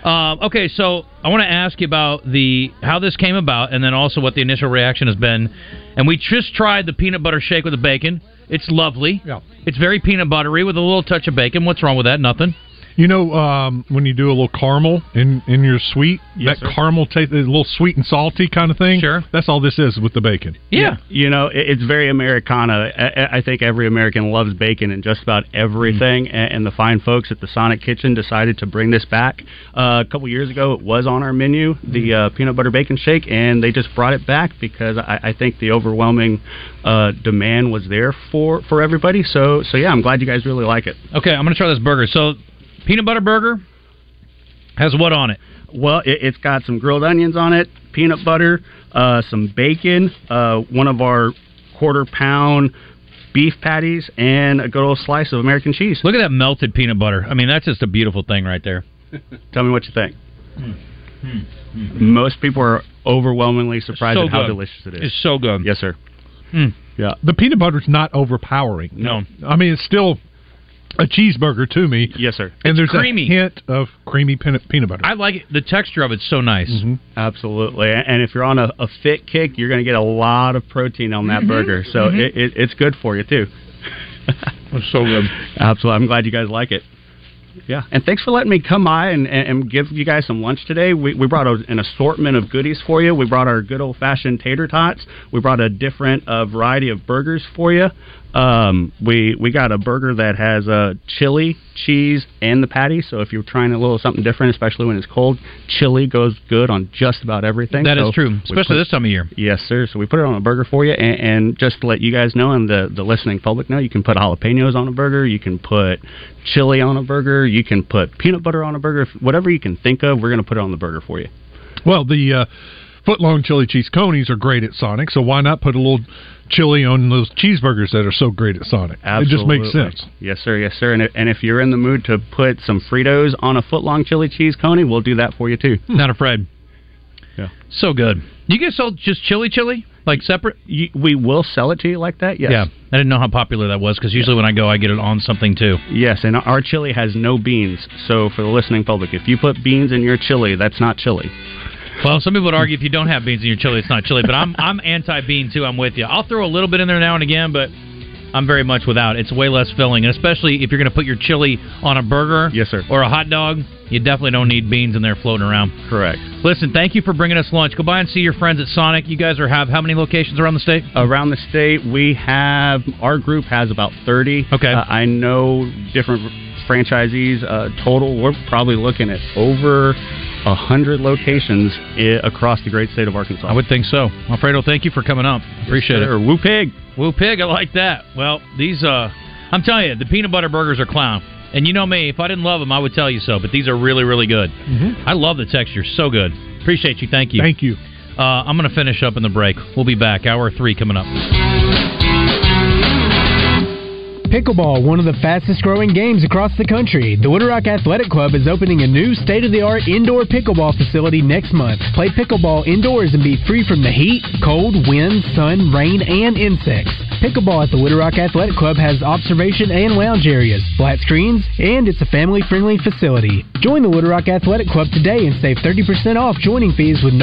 Speaker 5: Um, okay, so I want to ask you about the how this came about, and then also what the initial reaction has been. And we just tried the peanut butter shake with the bacon. It's lovely. Yeah. It's very peanut buttery with a little touch of bacon. What's wrong with that? Nothing.
Speaker 6: You know, um, when you do a little caramel in, in your sweet,
Speaker 29: Yes,
Speaker 6: that
Speaker 29: sir.
Speaker 6: caramel taste, a little sweet and salty kind of thing. Sure. That's all this is with the bacon.
Speaker 29: Yeah. You know, it, it's very Americana. I- I, I think every American loves bacon and just about everything.
Speaker 5: Mm.
Speaker 29: a- And, the fine folks at the Sonic Kitchen decided to bring this back. Uh, a couple years ago, it was on our menu,
Speaker 5: Mm.
Speaker 29: the uh, peanut butter bacon shake, and they just brought it back because I, I think the overwhelming uh, demand was there for, for everybody. So, so yeah, I'm glad you guys really like it.
Speaker 5: Okay, I'm going to try this burger. So, peanut butter burger has what on it?
Speaker 29: Well, it, it's got some grilled onions on it, peanut butter, uh, some bacon, uh, one of our quarter pound beef patties, and a good old slice of American cheese.
Speaker 5: Look at that melted peanut butter. I mean, that's just a beautiful thing right there. Hmm.
Speaker 29: Tell me what you think. Most people are overwhelmingly surprised
Speaker 5: So
Speaker 29: at how
Speaker 5: good.
Speaker 29: delicious it is.
Speaker 5: It's so good. Hmm.
Speaker 29: Yes, sir. Yeah.
Speaker 6: The peanut butter's not overpowering.
Speaker 29: No.
Speaker 6: I mean, it's still a cheeseburger to me.
Speaker 29: Yes, sir.
Speaker 6: And there's
Speaker 5: creamy.
Speaker 6: a hint of creamy peanut, peanut butter.
Speaker 5: I like it. The texture of it's so nice.
Speaker 29: Mm-hmm. Absolutely. A- And if you're on a, a fit kick, you're going to get a lot of protein on that
Speaker 5: Mhm.
Speaker 29: burger. So
Speaker 5: Mhm.
Speaker 29: it, it, it's good for you, too.
Speaker 5: It's so good.
Speaker 29: Absolutely. I'm glad you guys like it. Yeah. And thanks for letting me come by and, and, and give you guys some lunch today. We, we brought a, an assortment of goodies for you. We brought our good old fashioned tater tots. We brought a different uh, variety of burgers for you. Um, we we got a burger that has uh, chili, cheese, and the patty. So if you're trying a little something different, especially when it's cold, chili goes good on just about everything.
Speaker 5: That
Speaker 29: That
Speaker 5: is
Speaker 29: is
Speaker 5: true, especially this time of year.
Speaker 29: Yes, sir. So we put it on a burger for you, and, and just to let you guys know and the the listening public know, you can put jalapenos on a burger, you can put chili on a burger, you can put peanut butter on a burger, If- whatever you can think of, we're going to put it on the burger for you.
Speaker 6: Well, the uh, footlong chili cheese conies are great at Sonic, so why not put a little chili on those cheeseburgers that are so great at Sonic? It just
Speaker 29: Absolutely.
Speaker 6: makes sense.
Speaker 29: Yes, sir. Yes, sir. And if, and if you're in the mood to put some Fritos on a footlong chili cheese coney, we'll do that for you too.
Speaker 5: Not afraid.
Speaker 29: Yeah.
Speaker 5: So good. You get sold just chili chili? Like separate?
Speaker 29: You, we will sell it to you like that, yes.
Speaker 5: Yeah. I didn't know how popular that was because usually when I go, I get it on something too.
Speaker 29: Yes, and our chili has no beans. So for the listening public, if you put beans in your chili, that's not chili.
Speaker 5: Well, some people would argue if you don't have beans in your chili, it's not chili. But I'm I'm anti bean too. I'm with you. I'll throw a little bit in there now and again, but I'm very much without. It's way less filling, and especially if you're going to put your chili on a burger, yes
Speaker 29: sir,
Speaker 5: or a hot dog, you definitely don't need beans in there floating around.
Speaker 29: Correct.
Speaker 5: Listen, thank you for bringing us lunch. Go by and see your friends at Sonic. You guys are have how many locations around the state?
Speaker 29: Around the state, we have our group has about thirty. Okay, uh, I know different franchisees uh, total. We're probably looking at over a hundred locations I- across the great state of Arkansas.
Speaker 5: I would think so. Alfredo, thank you for coming up. Appreciate
Speaker 29: sir.
Speaker 5: it.
Speaker 29: Woo pig.
Speaker 5: Woo pig, I like that. Well, these uh I'm telling you, the peanut butter burgers are clown. And you know me, if I didn't love them, I would tell you so, but these are really really good. I love the texture. So good. Appreciate you. Thank you.
Speaker 6: Mm-hmm. Thank you.
Speaker 5: Uh, I'm going to finish up in the break. We'll be back. Hour 3 coming up.
Speaker 2: Pickleball, one of the fastest growing games across the country. The Wooded Rock Athletic Club is opening a new state of the art indoor pickleball facility next month. Play pickleball indoors and be free from the heat, cold, wind, sun, rain, and insects. Pickleball at the Wooded Rock Athletic Club has observation and lounge areas, flat screens, and it's a family friendly facility. Join the Wooded Rock Athletic Club today and save 30% off joining fees with no